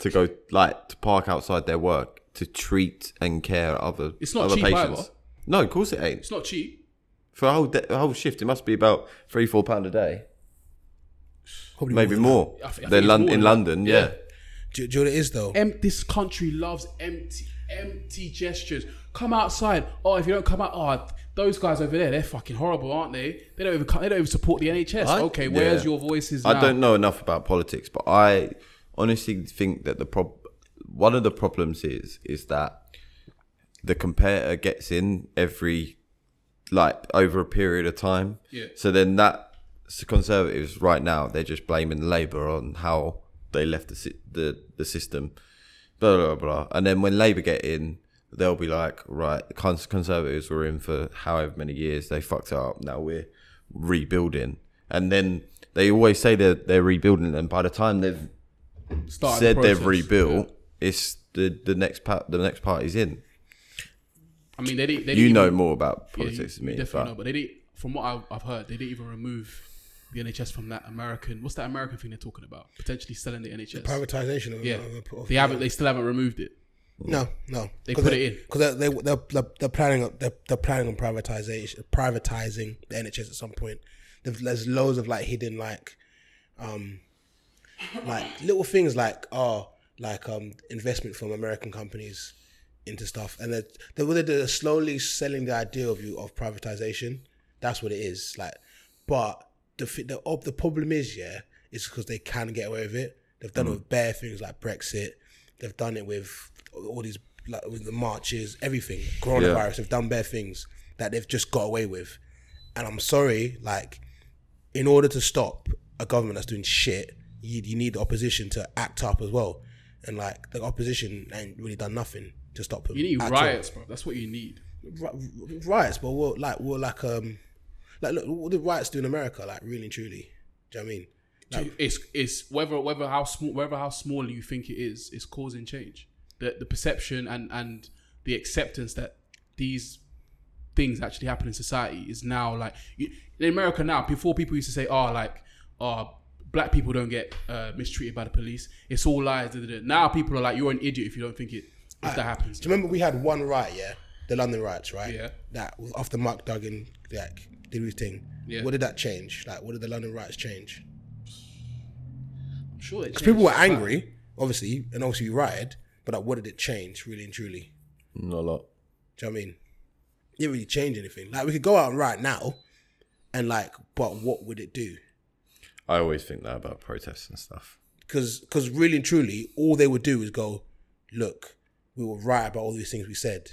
to go like to park outside their work to treat and care other
It's not
other
cheap
patients.
either.
No, of course it ain't.
It's not cheap.
For a whole day, a whole shift, it must be about three four pound a day,
Probably
maybe more.
I thi- I think
than
it's
Lon-
more
in
than that.
London, yeah.
Do, do you know what it is though?
Em- this country loves empty, empty gestures. Come outside. Oh, if you don't come out, oh, those guys over there, they're fucking horrible, aren't they? They don't even, co- they don't even support the NHS.
I-
okay, where's
yeah.
your voices?
I
now?
don't know enough about politics, but I honestly think that the prob- one of the problems is is that the competitor gets in every like over a period of time.
Yeah.
So then that so conservatives right now they're just blaming Labour on how they left the si- the the system, blah blah blah. And then when Labour get in, they'll be like, right, the cons- conservatives were in for however many years they fucked up. Now we're rebuilding, and then they always say they're they're rebuilding, and by the time they've
Started the
said they've
process,
rebuilt, it's the the next part the next party's in.
I mean, they didn't. They
you
didn't
know
even-
more about
Yeah, you-
politics than
you
me,
definitely
but
know, but they didn't. From what I've, I've heard, they didn't even remove the NHS from that American. What's that American thing they're talking about? Potentially selling the NHS.
privatisation of-
yeah.
of- of-
they haven't. They still haven't removed it.
No, no.
They put it in.
because they they're, they're, they're planning on- they're, they're planning on privatization privatizing the NHS at some point. There's, there's loads of like hidden like um like little things like oh like um investment from American companies into stuff and they're, they're, what they're doing is slowly selling the idea of you of privatization. That's what it is like. But the fi- the ob- the problem is yeah is because they can get away with it. They've done it with bare things like Brexit. They've done it with all these like with the marches, everything. Coronavirus. They've done bare things that they've just got away with. And I'm sorry, like in order to stop a government that's doing shit, you, you need the opposition to act up as well. And like the opposition ain't really done nothing to stop them.
You need
at all.
riots, bro. That's what you need.
Ri- riots, but we're like we're like um like look what the riots do in America, like really and truly. Do you know what I mean? Like,
it's it's whether whether how small whether how small you think it is is causing change. The the perception and and the acceptance that these things actually happen in society is now like you- in America now. Before people used to say, "Oh, like, oh, black people don't get uh, mistreated by the police. It's all lies." da, da, da." Now people are like, "You're an idiot if you don't think it if that happens."
do you remember we had one riot, yeah? The London riots, right?
Yeah.
That was after Mark Duggan like did his thing.
Yeah.
What did that change? Like what did the London riots change?
I'm sure they
Because
changed
people were
that.
angry, obviously, and obviously we rioted, but like, what did it change, really and truly?
not a lot.
Do you know what I mean? It didn't really change anything. Like, we could go out and riot now, and like, but what would it do?
I always think that about protests and stuff.
Because really and truly, all they would do is go, look, we were right about all these things we said.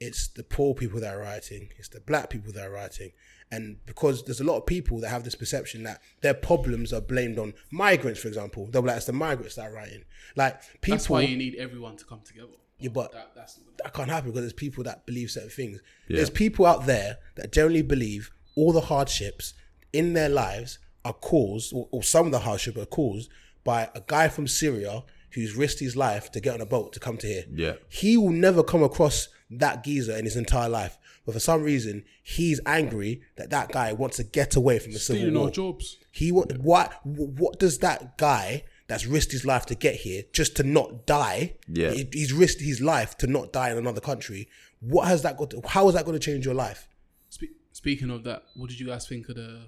It's the poor people that are rioting. It's the black people that are rioting. And because there's a lot of people that have this perception that their problems are blamed on migrants, for example. They'll be like, it's the migrants that are rioting. Like, people.
That's why you need everyone to come together.
Yeah, but
That, that's
that can't happen because there's people that believe certain things.
Yeah.
There's people out there that generally believe all the hardships in their lives are caused, or, or some of the hardship are caused by a guy from Syria who's risked his life to get on a boat to come to here.
Yeah.
He will never come across that geezer in his entire life, but for some reason he's angry that that guy wants to get away from the
stealing
civil war.
our jobs.
He what what what does that guy that's risked his life to get here just to not die?
Yeah.
he- he's risked his life to not die in another country. What has that got? To, how is that going to change your life?
Speaking of that, what did you guys think of the?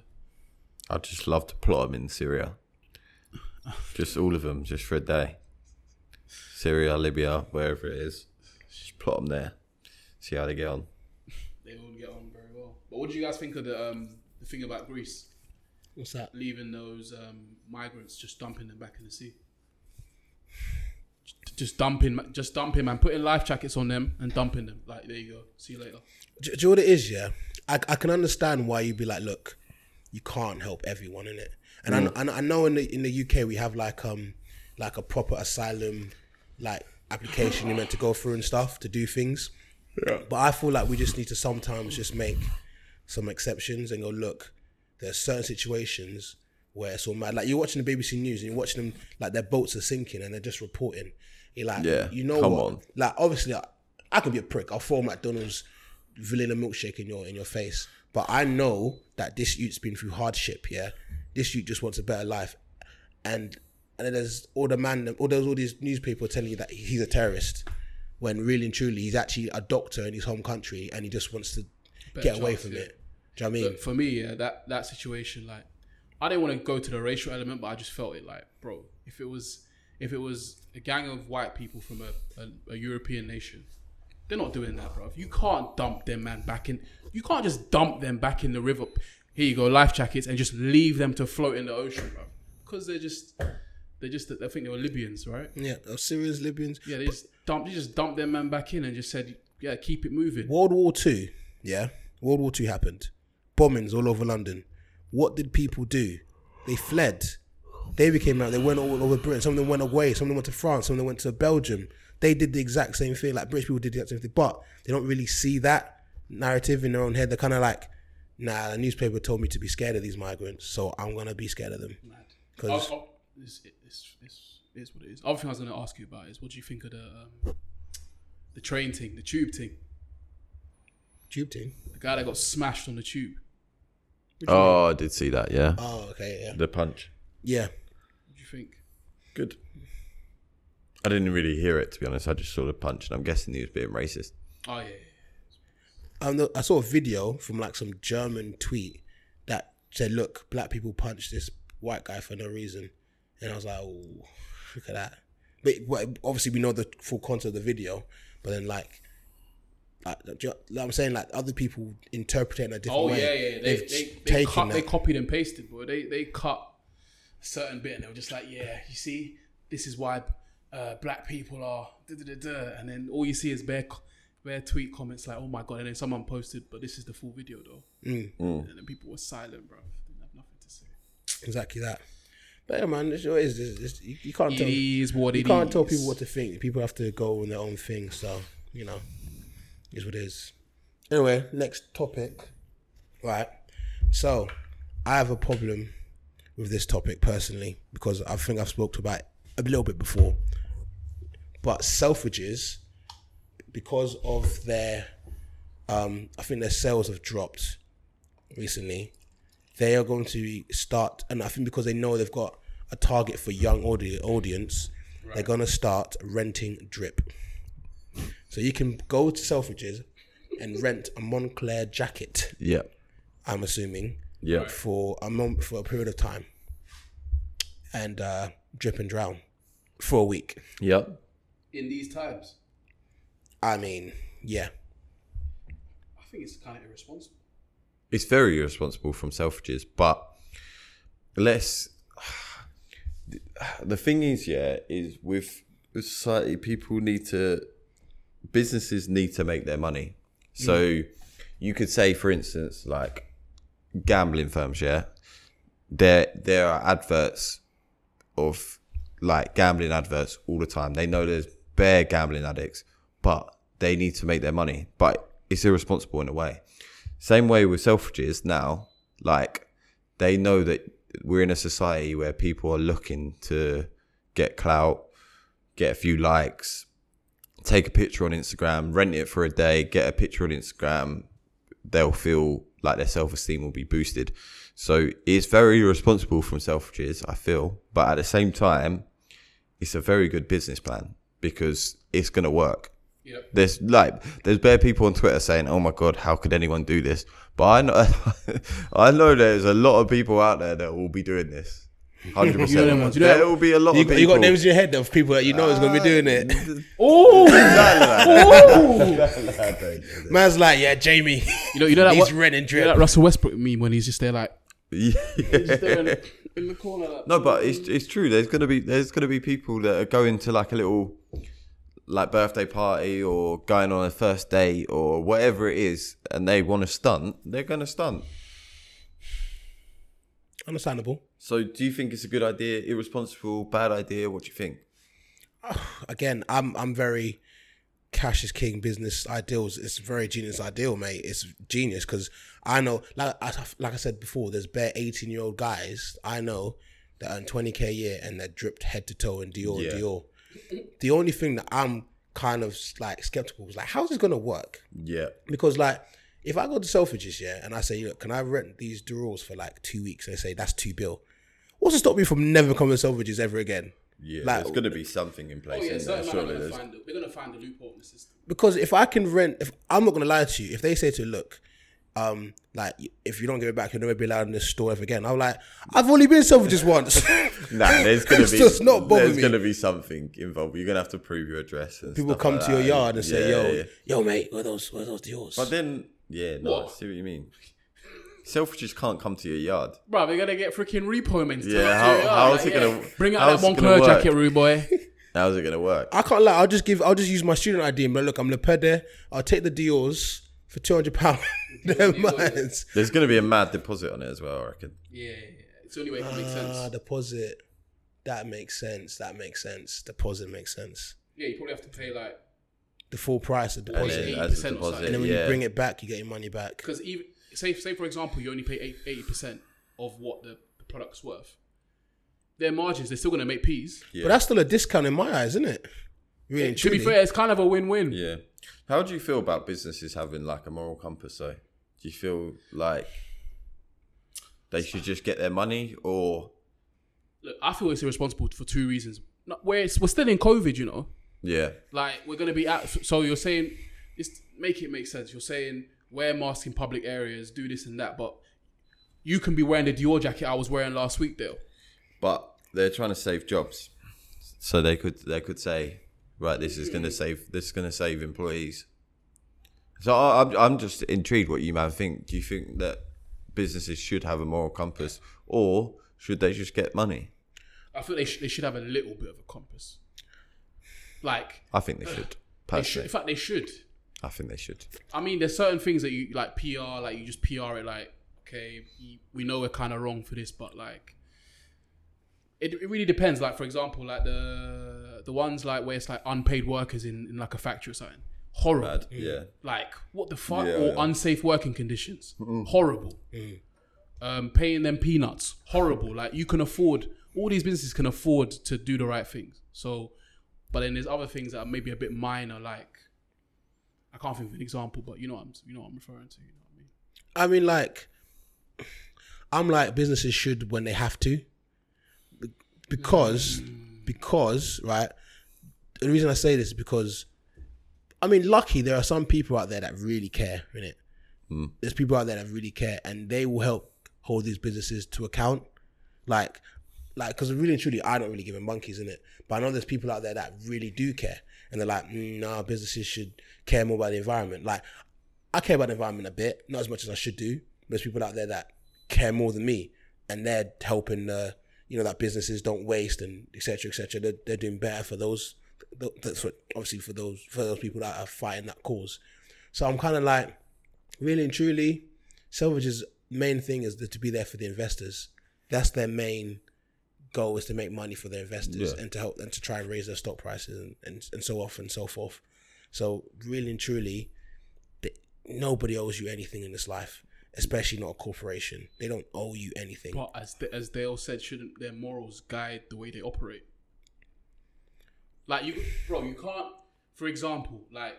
I'd just love to plot them in Syria. Just all of them, just for a day. Syria, Libya, wherever it is. Just plot them there. See how they get on.
They won't get on very well. But what did you guys think of the um, the thing about Greece?
What's that?
Leaving those um, migrants, just dumping them back in the sea. Just- Just dumping, just dumping, man. Putting life jackets on them and dumping them. Like there you go. See you later.
Do, do you know what it is? Yeah, I, I can understand why you'd be like, look, you can't help everyone in it, and I kn-
Mm.
I, kn- I know in the in the UK we have like um like a proper asylum like application you're meant to go through and stuff to do things. Yeah. But I feel like we just need to sometimes just make some exceptions and go look. There's certain situations where it's all mad. Like you're watching the BBC news and you're watching them like their boats are sinking and they're just reporting. You're like,
Yeah,
you know
come
what?
on.
Like obviously, I, I could be a prick. I'll throw McDonald's vanilla milkshake in your in your face. But I know that this youth's been through hardship. Yeah, this youth just wants a better life, and and then there's all the man, all those all these newspaper telling you that he's a terrorist, when really and truly he's actually a doctor in his home country and he just wants to
Better
get away
chance,
from
yeah.
it. Do you know what I mean?
Look, for me, yeah, that that situation, like, I didn't want to go to the racial element, but I just felt it, like, bro, if it was if it was a gang of white people from a, a, a European nation, they're not doing that, bro. You can't dump them, man, back in. You can't just dump them back in the river. Here you go, life jackets, and just leave them to float in the ocean, bro. Because they're just they're just I think they were Libyans, right?
Yeah, of Syrians, Libyans.
Yeah, they just dumped they just dumped their man back in and just said, yeah, keep it moving.
World War Two, yeah. World War Two happened. Bombings all over London. What did people do? They fled. They became out. They went all over Britain. Some of them went away. Some of them went to France. Some of them went to Belgium. They did the exact same thing. Like British people did the exact same thing, but they don't really see that narrative in their own head. They're kind of like, nah. The newspaper told me to be scared of these migrants, so I'm gonna be scared of them. Because
Oh, oh, it's, it's, it's, it's what it is. Other thing I was going to ask you about is what do you think of the um, the train thing, the tube thing?
Tube thing.
The guy that got smashed on the tube.
Oh, I did see that, yeah.
Uh,
Oh, okay, yeah.
The punch.
yeah,
What do you think?
Good. I didn't really hear it, to be honest. I just saw the punch, and I'm guessing he was being racist.
Oh yeah.
um, I saw a video from like some German tweet that said, "Look, black people punched this white guy for no reason," and I was like, "Oh, look at that." But, but obviously, we know the full content of the video, but then like. Like, do you know like I'm saying, like other people interpreting a different
Oh
way.
yeah, yeah. They they, they,
taken
cut, they
that.
copied and pasted, bro. They they cut a certain bit and they were just like, yeah, you see, this is why uh, black people are. duh, duh, duh, duh." And then all you see is bare co- bare tweet comments like, oh my god. And then someone posted, but this is the full video though.
Mm. Mm.
And then people were silent, bro. Didn't have nothing to say.
Exactly that. But yeah, man, it's, it's, it's, it's, you, you can't
It
tell.
is what
you
it
can't tell
is.
people what to think. People have to go on their own thing. So you know, is what it is. Anyway, next topic. Right. So I have a problem with this topic personally because I think I've spoken about it a little bit before. But Selfridges, because of their, um, I think their sales have dropped recently. They are going to start, and I think because they know they've got a target for young audi- audience, they're going to start renting drip. So you can go to Selfridges and rent a Montclair jacket.
Yeah.
I'm assuming.
Yeah.
For a month, for a period of time, and uh, drip and drown for a week.
Yeah.
In these times.
I mean, yeah.
I think it's kind of irresponsible.
it's very irresponsible from Selfridges, but let's. The thing is, yeah, is with with society, people need to, businesses need to make their money. So you could say, for instance, like gambling firms, yeah, there there are adverts of like gambling adverts all the time. They know there's bare gambling addicts, but they need to make their money. But it's irresponsible in a way. Same way with Selfridges now, like they know that we're in a society where people are looking to get clout, get a few likes, take a picture on Instagram, rent it for a day, get a picture on Instagram, they'll feel like their self esteem will be boosted. So it's very irresponsible from Selfridges, I feel. But at the same time, it's a very good business plan because it's going to work.
Yep.
There's like there's bare people on Twitter saying, "Oh my god, how could anyone do this?" But I know, I know there's a lot of people out there that will be doing this. Hundred
You know them
percent.
ones. You know-
There will be a lot
you,
of people.
You got names in your head of people that you know is gonna be doing it.
Oh,
man's like, yeah, Jamie.
You know, you know that
he's
what-
red and
you know
drip.
that Russell Westbrook meme when he's just there like
Yeah.
in the corner. Like, oh,
No, but it's it's true. There's gonna be there's gonna be people that are going to like a little like birthday party or going on a first date or whatever it is, and they want to stunt. They're gonna stunt.
Understandable.
So, do you think it's a good idea? Irresponsible, bad idea? What do you think?
Again, I'm I'm very cash is king business ideals. It's a very genius ideal, mate. It's genius because I know, like I, like I said before, there's bare 18 year old guys I know that earn 20k a year and they're dripped head to toe in Dior,
Yeah.
Dior. The only thing that I'm kind of like skeptical is like, how's this gonna work?
Yeah.
Because like, if I go to Selfridges, yeah, and I say, look, can I rent these drawers for like two weeks? And they say that's two bill. What's to stop me from never coming to Selfridges ever again?
Yeah,
Like-
there's gonna be something in place.
oh yeah,
isn't there?
certain man are
Surely
gonna
there's-
find the- they're gonna find a loophole in the system.
Because if I can rent, if I'm not gonna lie to you, if they say to you, look, um, like if you don't give it back, you'll never be allowed in this store ever again. I'm like, I've only been Selfridges once.
Nah, there's gonna
It's
be
just not bothering
there's
me.
gonna be something involved. You're gonna have to prove your address. And
People
stuff
come
like
to your
that.
yard and say,
Yeah,
yo,
yeah.
yo, mate, where those, where those Dior's?
But then, yeah, no, I
What?
see what you mean. Selfridges can't come to your yard.
Bro, they're gonna get freaking repo men. to
Yeah,
turn up to
how-
your yard,
how
like,
is it
yeah,
gonna-
bring
how
out
is
that
it gonna
Moncler
work?
jacket, rude boy?
How's it gonna work?
I can't lie. I'll just give. I'll just use my student ID and be like, look, I'm Lepede. I'll take the Dior's for two hundred pounds.
There's gonna be a mad deposit on it as well, I reckon.
Yeah, yeah, yeah. it's the only way it can make sense.
Ah, deposit. That makes sense. That makes sense. Deposit makes sense.
Yeah, you probably have to pay like
The full price of deposit.
then
And
as a
then,
deposit,
when you
yeah.
bring it back, you get your money back.
because even say say for example, you only pay eighty percent of what the, the product's worth. Their margins, they're still gonna make peas.
Yeah.
But that's still a discount in my eyes, isn't it? Really and
To be
truly.
fair, it's kind of a win-win.
Yeah. How do you feel about businesses having like a moral compass though? Do you feel like they should just get their money or
Look, I feel it's irresponsible for two reasons. No, Where it's, we're still in COVID, you know.
Yeah.
Like we're gonna be out. So you're saying, just make it make sense. You're saying wear masks in public areas, do this and that, but you can be wearing the Dior jacket I was wearing last week, Dale.
But they're trying to save jobs. So they could they could say, right, this is gonna save this is gonna save employees. So I, I'm I'm just intrigued what you man think. Do you think that businesses should have a moral compass or should they just get money?
I feel they, sh- they should have a little bit of a compass. Like
I think they should.
they should.
Personally,
In fact, they should.
I think they should.
I mean, there's certain things that you like PR, like you just PR it, like okay, you- we know we're kind of wrong for this, but like, it, it really depends. Like for example, like the the ones like where it's like unpaid workers in, in like a factory or something, horrible.
Bad, yeah.
Like what the fuck,
Yeah, Mm-hmm.
or
yeah.
unsafe working conditions, horrible. Um, paying them peanuts, horrible. Like you can afford all these businesses can afford to do the right things. So, but then there's other things that are maybe a bit minor, like. I can't think of an example, but you know what I'm you know what I'm referring to. You know what I mean?
I mean, like, I'm like businesses should when they have to, Be- because because right. The reason I say this is because, I mean, lucky there are some people out there that really care in it. There's people out there that really care, and they will help hold these businesses to account. Like, like, because really and truly, I don't really give a monkeys in it. But I know there's people out there that really do care, and they're like, mm, nah, businesses should care more about the environment. Like, I care about the environment a bit, not as much as I should do. There's people out there that care more than me, and they're helping. Uh, you know that businesses don't waste and etc. Cetera, etc. They're, they're doing better for those. th- That's what obviously for those for those people that are fighting that cause. So I'm kind of like, really and truly, Selvage's main thing is that to be there for the investors. That's their main goal is to make money for their investors
Yeah.
and to help them to try and raise their stock prices and, and, and so off and so forth. So really and truly, th- nobody owes you anything in this life, especially not a corporation. They don't owe you anything.
But as the, as Dale said, shouldn't their morals guide the way they operate? Like you, bro, you can't. For example, like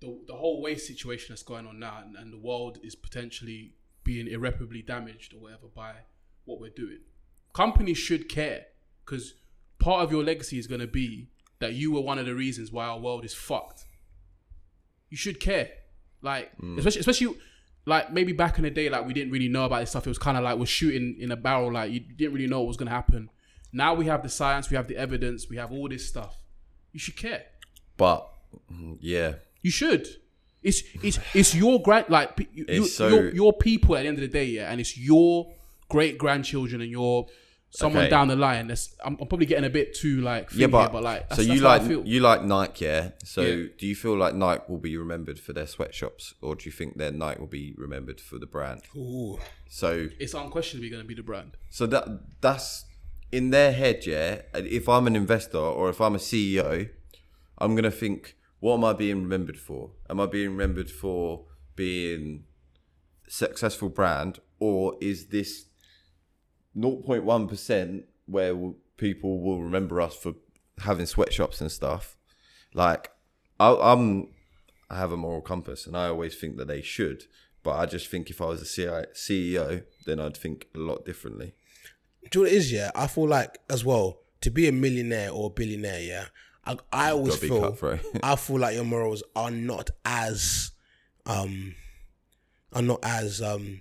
the the whole waste situation that's going on now, and, and the world is potentially being irreparably damaged or whatever by what we're doing. Companies should care because part of your legacy is going to be that you were one of the reasons why our world is fucked. you should care. Like
Mm.
especially especially like maybe back in the day, like we didn't really know about this stuff. It was kind of like we're shooting in a barrel. Like you didn't really know what was gonna happen. Now we have the science, we have the evidence, we have all this stuff. You should care.
But mm, yeah,
You should. It's it's it's your grand like pe- you,
It's
you-
so-
your, your people at the end of the day, yeah, and it's your great grandchildren and your someone
Okay.
down the line. That's I'm, I'm probably getting a bit too like
yeah,
yeah,
but,
but like that's,
so you
that's how I
like
feel.
you like Nike, yeah. So
Yeah.
do you feel like Nike will be remembered for their sweatshops, or do you think their Nike will be remembered for the brand?
Ooh.
So
it's unquestionably going to be the brand.
So that that's in their head, yeah. And If I'm an investor or if I'm a CEO, I'm gonna think, what am I being remembered for? Am I being remembered for being successful brand, or is this 0.1 percent where w- people will remember us for having sweatshops and stuff? Like, I, I'm, I have a moral compass, and I always think that they should. But I just think if I was a CI CEO, then I'd think a lot differently.
Do you know what it is? Yeah, I feel like as well to be a millionaire or a billionaire. Yeah, I, I always
Gotta be
feel
cutthroat.
I feel like your morals are not as um are not as um.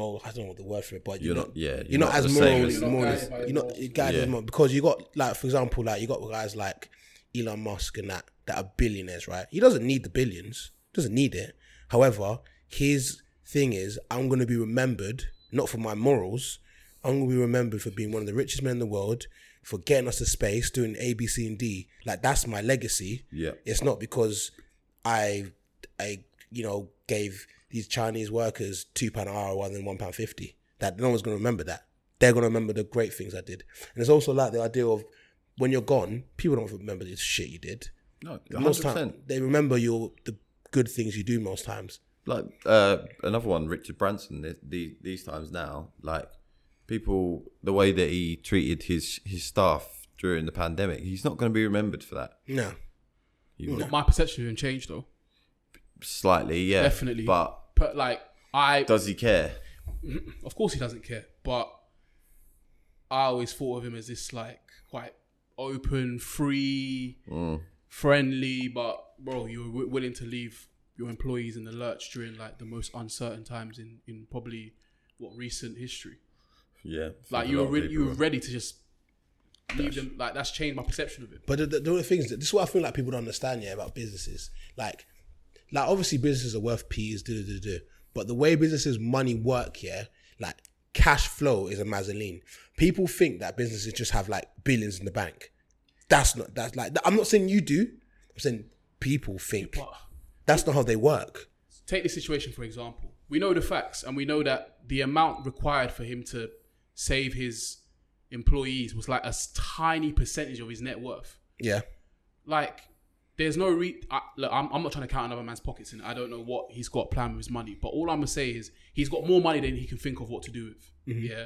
Oh, I don't know what the word for it, but
You're
know-
not- yeah,
you're,
you're
not,
not the
as
same
morally,
as-
you're not morally,
Guided by
you're not
morals.
guided
Yeah.
as moral because you got like for example, like you got guys like Elon Musk and that that are billionaires, right? He doesn't need the billions, doesn't need it. However, his thing is, I'm going to be remembered not for my morals. I'm going to be remembered for being one of the richest men in the world, for getting us to space, doing A, B, C, and D. Like that's my legacy.
Yeah.
It's not because I, I, you know, gave these Chinese workers two pound an hour rather than one pound fifty. That no one's gonna remember that. They're gonna remember the great things I did. And it's also like the idea of when you're gone, people don't remember the shit you did.
No,
most time
100%.
they remember your the good things you do most times.
like uh, another one, Richard Branson. th- the- These times now, like people, the way that he treated his his staff during the pandemic, he's not going to be remembered for that.
No.
You will.
My perception of him changed though.
slightly, yeah,
Definitely.
But
But like I
does he care?
of course he doesn't care, but I always thought of him as this like quite open, free,
Mm.
friendly, but bro, you were wi- willing to leave your employees in the lurch during like the most uncertain times in in probably what recent history.
Yeah,
like
a
you
lot
were
of
really,
people
you were
were.
ready to just leave them. Like that's changed my perception of it.
But the, the, the only thing is that this is what I feel like people don't understand yeah about businesses. Like, like obviously businesses are worth P's, do do do. But the way businesses money work, yeah, like cash flow is a mazzoline. People think that businesses just have like billions in the bank. That's not that's like I'm not saying you do. I'm saying people think. That's not how they work.
Take this situation for example. We know the facts, and we know that the amount required for him to save his employees was like a s- tiny percentage of his net worth.
Yeah.
like there's no re I, look, I'm, I'm not trying to count another man's pockets and i don't know what he's got planned with his money but all i'm gonna say is he's got more money than he can think of what to do with
Mhm.
yeah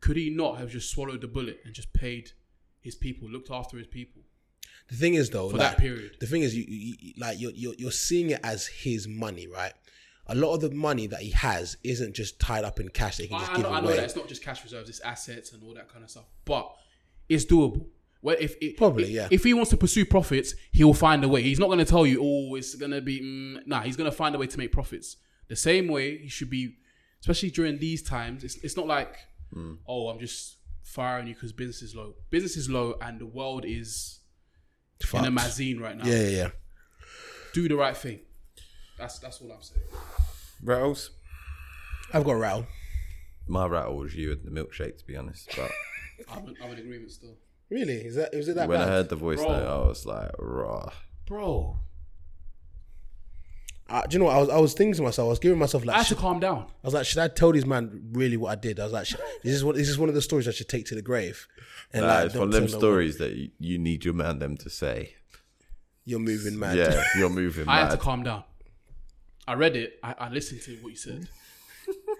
could he not have just swallowed the bullet and just paid his people looked after his people
The thing is, though,
For
like,
that period.
the thing is, you, you you- like you're, you're you're seeing it as his money, right? A lot of the money that he has isn't just tied up in cash that he
I,
can just
I
give
know, I know
away.
that it's not just cash reserves it's assets and all that kind of stuff but it's doable well, if it,
Probably,
if-
yeah.
If he wants to pursue profits, he will find a way. He's not going to tell you, "Oh, it's going to be." Mm, nah, he's going to find a way to make profits. The same way he should be, especially during these times. It's, it's not like,
Hmm.
"Oh, I'm just firing you because business is low." Business is low, and the world is in a
Fucked.
mazine right now.
Yeah, yeah, yeah.
Do the right thing. That's that's all I'm saying.
Rattles.
I've got a rattle.
My rattle was you and the milkshake, to be honest. But
I'm, in- I'm in agreement still,
Really? Is that is it that
when
bad?
I heard the voice
Bro.
note, I was like, raw.
bro.
Uh, do you know what? I was I was thinking to myself. I was giving myself like
I had to
should-
calm down.
I was like, should I tell these man really what I did? I was like, should, this is what this is one of the stories I should take to the grave.
nah,
like,
it's
don't
one of them
tell no one.
stories that you, you need your man them to say.
You're moving mad.
Yeah, you're moving
I
mad.
had to calm down. I read it. I, I listened to what you said,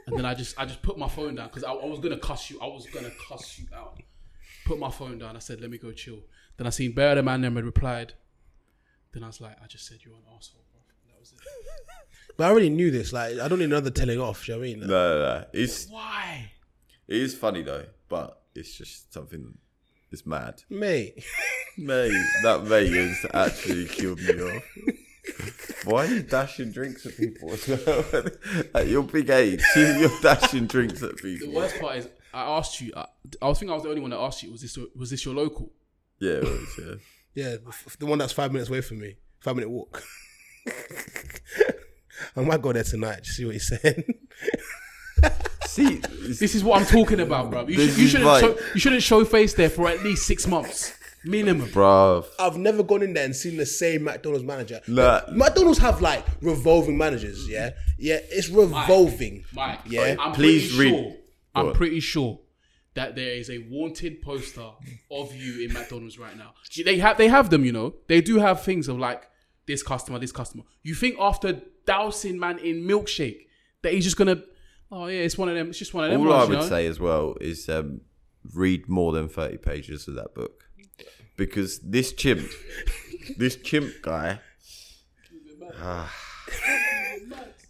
and then I just I just put my phone down because I, I was gonna cuss you. I was gonna cuss you out. Put my phone down. I said, "Let me go chill." Then I seen Bear the man them had replied. Then I was like, "I just said you're an asshole."
But I already knew this. Like, I don't need another telling off. Do you know what I mean?
No, no, no. It's
Why,
it is funny though, but it's just something. It's mad.
mate?
May that May has actually killed me off. Why are you dashing drinks at people as well? at your big age, you- you're dashing drinks at
The
people.
worst part is, I asked you. I, I was thinking I was the only one that asked you. Was this was this your local?
Yeah, it was, yeah.
Yeah, f- the one that's five minutes away from me, five minute walk. I might go there tonight. Just see what he's saying.
see,
This is what I'm talking about, bro. You,
This
should, you
is
shouldn't
like-
show, you shouldn't show face there for at least six months minimum,
bro.
I've never gone in there and seen the same McDonald's manager.
Nah.
McDonald's have like revolving managers. Yeah, yeah, it's revolving.
Mike,
yeah.
I'm pretty Sure, I'm pretty sure that there is a wanted poster of you in McDonald's right now. Do you- They have they have them, you know. They do have things of like this customer, this customer. You think after dousing man in milkshake that he's just gonna? Oh yeah, it's one of them. It's just one of them.
All I
ones,
would
you know?
say as well is um, read more than 30 pages of that book. Because this chimp, this chimp guy, ah,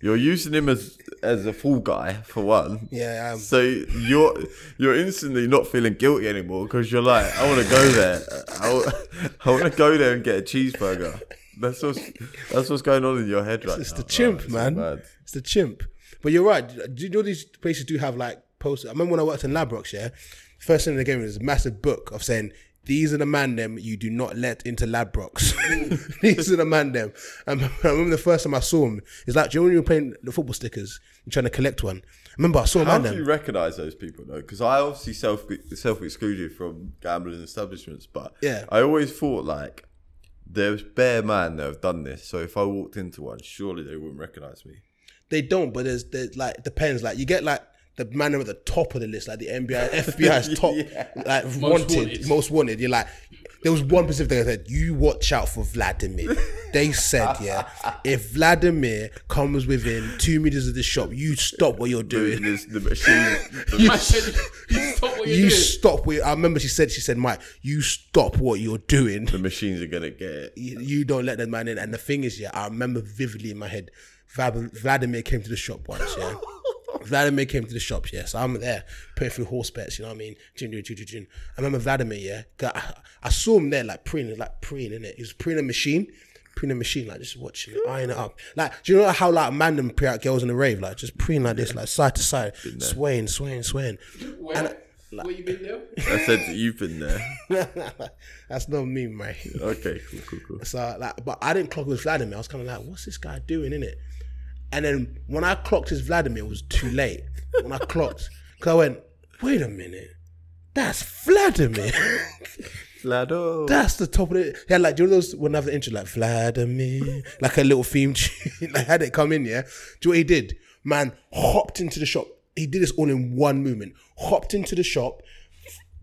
you're using him as as a fool guy for one.
Yeah, I am.
So you're you're instantly not feeling guilty anymore because you're like, I want to go there. I, wa- I want to go there and get a cheeseburger. That's what's that's what's going on in your head right
it's
now.
the chimp, man. It's the chimp. But you're right. Do you know these places do have like posters? I remember when I worked in Labrox, yeah. First thing they gave me was a massive book of saying these are the man them you do not let into Labrox. these are the man them. And I remember the first time I saw him. It's like do you know when you were playing the football stickers and trying to collect one. Remember I saw a
How
man
do you
them.
recognise those people though? Because I obviously self self excluded from gambling establishments, but
Yeah.
I always thought like there's bare man that have done this. So if I walked into one, surely they wouldn't recognise me.
They don't, but there's there's like depends. Like you get like the man them at the top of the list, like the NBA, FBI's top, like
Most
wanted,
wanted.
most wanted. You're like, there was one specific thing I said, you watch out for Vladimir. They said, yeah, if Vladimir comes within two meters of the shop, you stop what you're doing.
There's the machine.
You,
I said, you stop what you're
you
doing.
stop what. I remember she said, she said, Mike, you stop what you're doing.
The machines are gonna get it.
you, you don't let that man in. And the thing is, yeah, I remember vividly in my head, Vlad- Vladimir came to the shop once, yeah. Vladimir came to the shop, yeah. So I'm there, putting through horse bets, you know what I mean? Jun, jun, jun, jun, jun. I remember Vladimir, yeah. 'cause I, I saw him there, like preening, like preening, innit? He was preening a machine, preening a machine, like just watching it, eyeing it up. Like, do you know how, like, man them pre out girls in the rave, like, just preening like this, like, side to side, swaying, swaying, swaying.
Where, where you been there?
I said that you've been there.
That's not me, mate.
Okay, cool, cool, cool.
So like, but I didn't clock it was Vladimir. I was kind of like, what's this guy doing in it? And then when I clocked his Vladimir, it was too late. When I clocked, because I went, wait a minute, that's Vladimir.
Vlado.
That's the top of it. Yeah, like do you know those when I have the intro like Vladimir, like a little theme tune. I had it come in. Yeah, do you know what he did? Man hopped into the shop. He did this all in one movement. Hopped into the shop,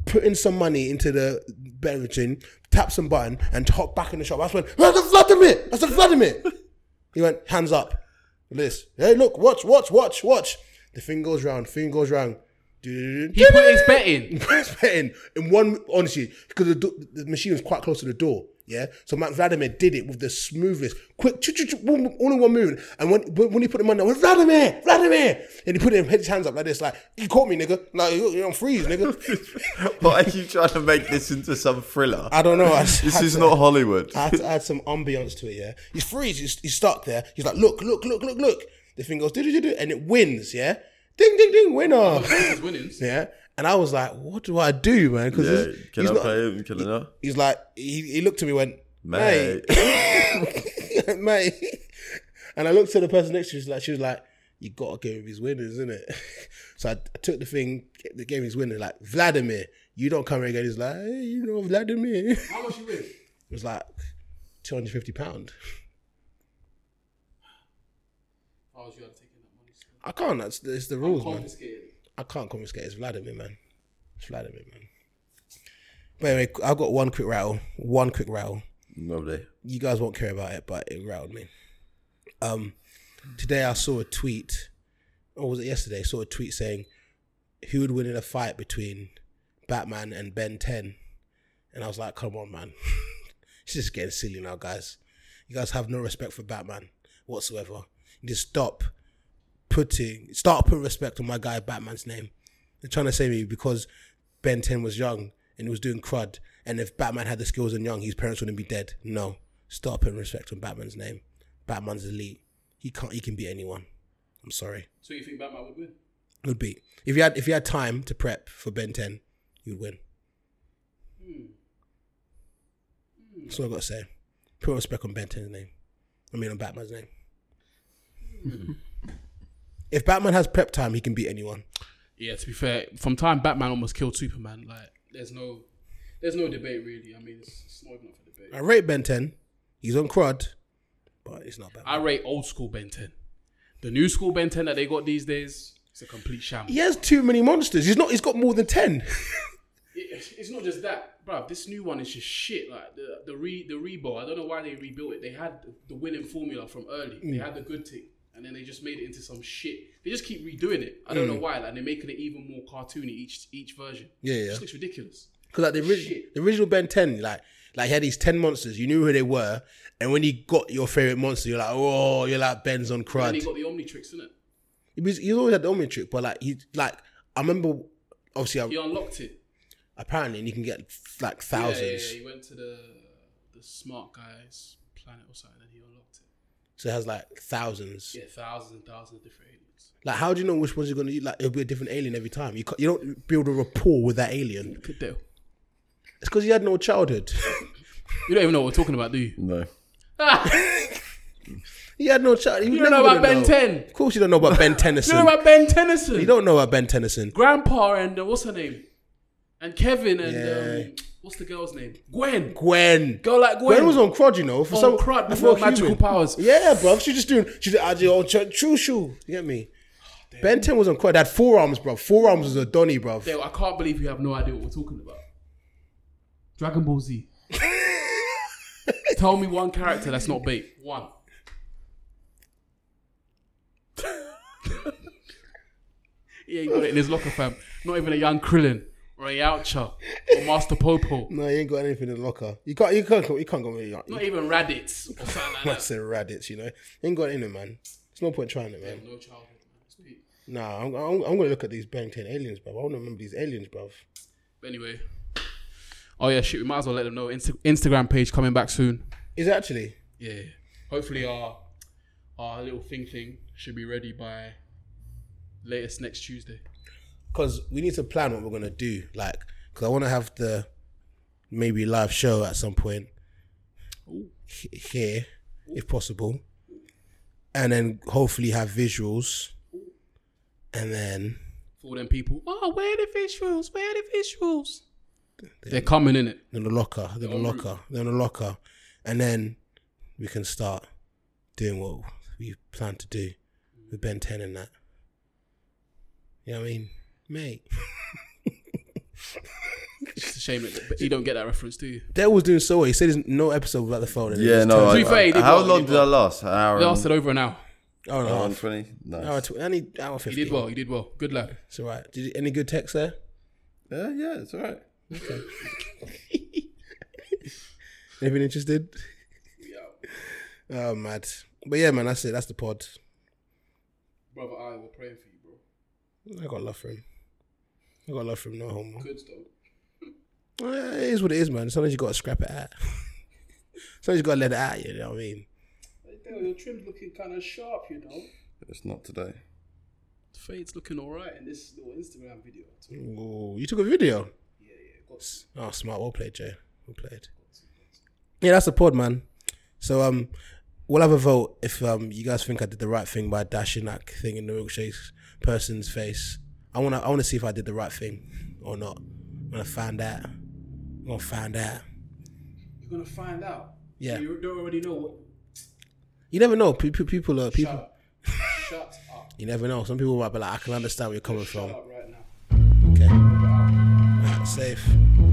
put in some money into the betting machine, tapped some button, and hopped back in the shop. I just went, "Where's the Vladimir? That's the Vladimir." he went, hands up. Look at This. Hey, look, watch, watch, watch, watch. The thing goes round. Thing goes round. He
put his bet in.
He put his bet in. In one, honestly, because the, do- the machine was quite close to the door. Yeah. So Matt Vladimir did it with the smoothest, quick, choo, choo, choo, boom, boom, all in one move. And when when when he put the money down, I went, Vladimir, Vladimir. And he put him, his hands up like this, like, you caught me, nigga. Like, you- you're on freeze, nigga.
Why are you trying to make this into some thriller?
I don't know. I just
this
had
is
to-
not Hollywood.
I had to add some ambiance to it. Yeah, he's freeze. He's, he's stuck there. He's like, look, look, look, look, look. The thing goes, do do do do, and it wins. Yeah, ding ding ding, winner. yeah, and I was like, what do I do, man? Because
Yeah, can
he's
I
not.
play him? Can I not?
He's like, he, he looked at me, and went, mate,
Mate.
mate. And I looked at the person next to me. She's like, she was like, you gotta give him his winners, isn't it? So I, I took the thing, the game his winner, like Vladimir. You don't come here again. He's like, hey, you know Vladimir.
How much you win?
It was like two hundred fifty pound.
I was Oh, you had taken that money.
I can't. That's it's the rules, man.
confiscated.
I can't confiscate. It's Vladimir, man. It's Vladimir, man. But anyway, I've got one quick rattle. One quick rattle.
Lovely.
You guys won't care about it, but it rattled me. Um, today I saw a tweet, or was it yesterday? I saw a tweet saying, "Who would win in a fight between Batman and Ben Ten? And I was like, "Come on, man, it's just getting silly now, guys. You guys have no respect for Batman whatsoever. You just stop putting, start putting respect on my guy Batman's name. They're trying to say me because Ben Ten was young and he was doing crud, and if Batman had the skills and young, his parents wouldn't be dead. No, start putting respect on Batman's name. Batman's elite. He can't. He can beat anyone. I'm sorry.
So you think Batman would win?
Would beat if you had if you had time to prep for Ben 10, you'd win. That's all I gotta say. Put respect on Ben 10's name. I mean on Batman's name. if Batman has prep time, he can beat anyone.
Yeah, to be fair, from time Batman almost killed Superman, like there's no, there's no debate really. I mean, it's, it's not even up for debate.
I rate Ben 10. He's on crud, but it's not bad.
I rate old school Ben 10. The new school Ben 10 that they got these days, it's a complete sham.
He has too many monsters. He's not. He's got more than ten.
It- it's not just that, bruv. This new one is just shit. Like the the re the rebuild. I don't know why they rebuilt it. They had the winning formula from early. They
Mm.
had the good thing, and then they just made it into some shit. They just keep redoing it. I don't
Mm.
know why. Like they're making it even more cartoony each each version.
Yeah,
It
yeah.
just looks ridiculous.
Because like the, ori- the original Ben 10, like like he had these ten monsters. You knew who they were, and when you got your favorite monster, you're like, oh, you're like Ben's on
And
crud.
then they got the Omnitrix in it.
He was, he's always had the Omni trick, but like he like I remember obviously
He
I,
unlocked it.
apparently and you can get like
Yeah, yeah,
thousands.
Yeah, He went to the the smart guy's planet or something, and he unlocked it.
So it has like thousands.
Yeah, thousands and thousands of different aliens.
Like how do you know which ones you're gonna eat? Like it'll be a different alien every time. You ca- you don't build a rapport with that alien.
Could do.
It's because you had no childhood.
You don't even know what we're talking about, do you?
No.
He had no child. You
don't know about Ben 10.
Of course, you don't know about Ben Tennyson.
You know about Ben Tennyson?
You don't know about Ben Tennyson.
grandpa and uh, what's her name? And Kevin and
Yeah.
um, what's the girl's name? Gwen.
Gwen.
Go like Gwen.
Gwen was on crud, you know. For
On
some
crud with
for a
no magical
human.
powers.
Yeah, bro. She's just doing. She's I do old ch- true shoe. You get me?
Oh,
ben 10 was on crud. They had forearms, bro. Forearms was a Donny, bro.
Dale, I can't believe you have no idea what we're talking about. Dragon Ball Z. Tell me one character that's not bait. One. he ain't got it in his locker, fam. Not even a young Krillin or a Yautja or Master Popo.
No, you ain't got anything in the locker. You can't. You can't. You can't go with your.
Not even Raditz or something like that.
massive Raditz, you know. Ain't got it in it, man. There's no point trying it,
They
man.
have no childhood. man. It's deep.
Nah, I'm, I'm, I'm gonna look at these Ben 10 aliens, bro. I want to remember these aliens, bro.
But anyway. Oh yeah, shit. We might as well let them know. Insta- Instagram page coming back soon.
Is it actually?
Yeah. Hopefully our our little thing thing should be ready by latest next Tuesday.
because we need to plan what we're gonna do. Like, because I want to have the maybe live show at some point h- here, if possible, and then hopefully have visuals, and then
For all them people. Oh, where are the visuals? Where are the visuals? They're coming in it.
Then the locker, then the
en route.
locker, then the locker, and then we can start doing what we plan to do with Ben Ten and that. You know what I mean, mate?
It's just a shame that but you don't get that reference, do you?
Dale was doing so well. He said there's no episode without the phone. and it
Yeah,
was
no.
terrible.
I,
fair, he did
how
well, he
long
did
did I last? An hour.
It lasted over an hour.
Hour and a
Hour
half.
and twenty. Nice.
Hour tw- any hour fifty.
You did well. You did well. Good luck.
It's all right. Did you, any good text there?
Yeah, yeah, it's all right.
Anything interested? Oh, mad. But yeah, man, that's it. That's the pod.
Brother, I will pray for you, bro.
I got love for him. I got love for him. No homo.
Good stuff.
Eh, It is what it is, man. Sometimes you got to scrap it out. Sometimes you got to let it out. You know what I mean?
Dale, your trim's looking kind of sharp, you know.
It's not today.
Fade's looking alright in this little Instagram video.
Ooh, you took a video.
Got-
Oh, smart. Well played, Jay. Well played. Yeah, that's the pod, man. So um, we'll have a vote if um you guys think I did the right thing by dashing that thing in the milkshake person's face. I wanna I wanna see if I did the right thing or not. I'm gonna find out. I'm gonna find out.
You're gonna find out.
Yeah.
You don't already know what.
You never know. People people are people.
Shut up.
You never know. Some people might be like, I can understand where you're coming from.
Right now.
Okay. Alright, safe.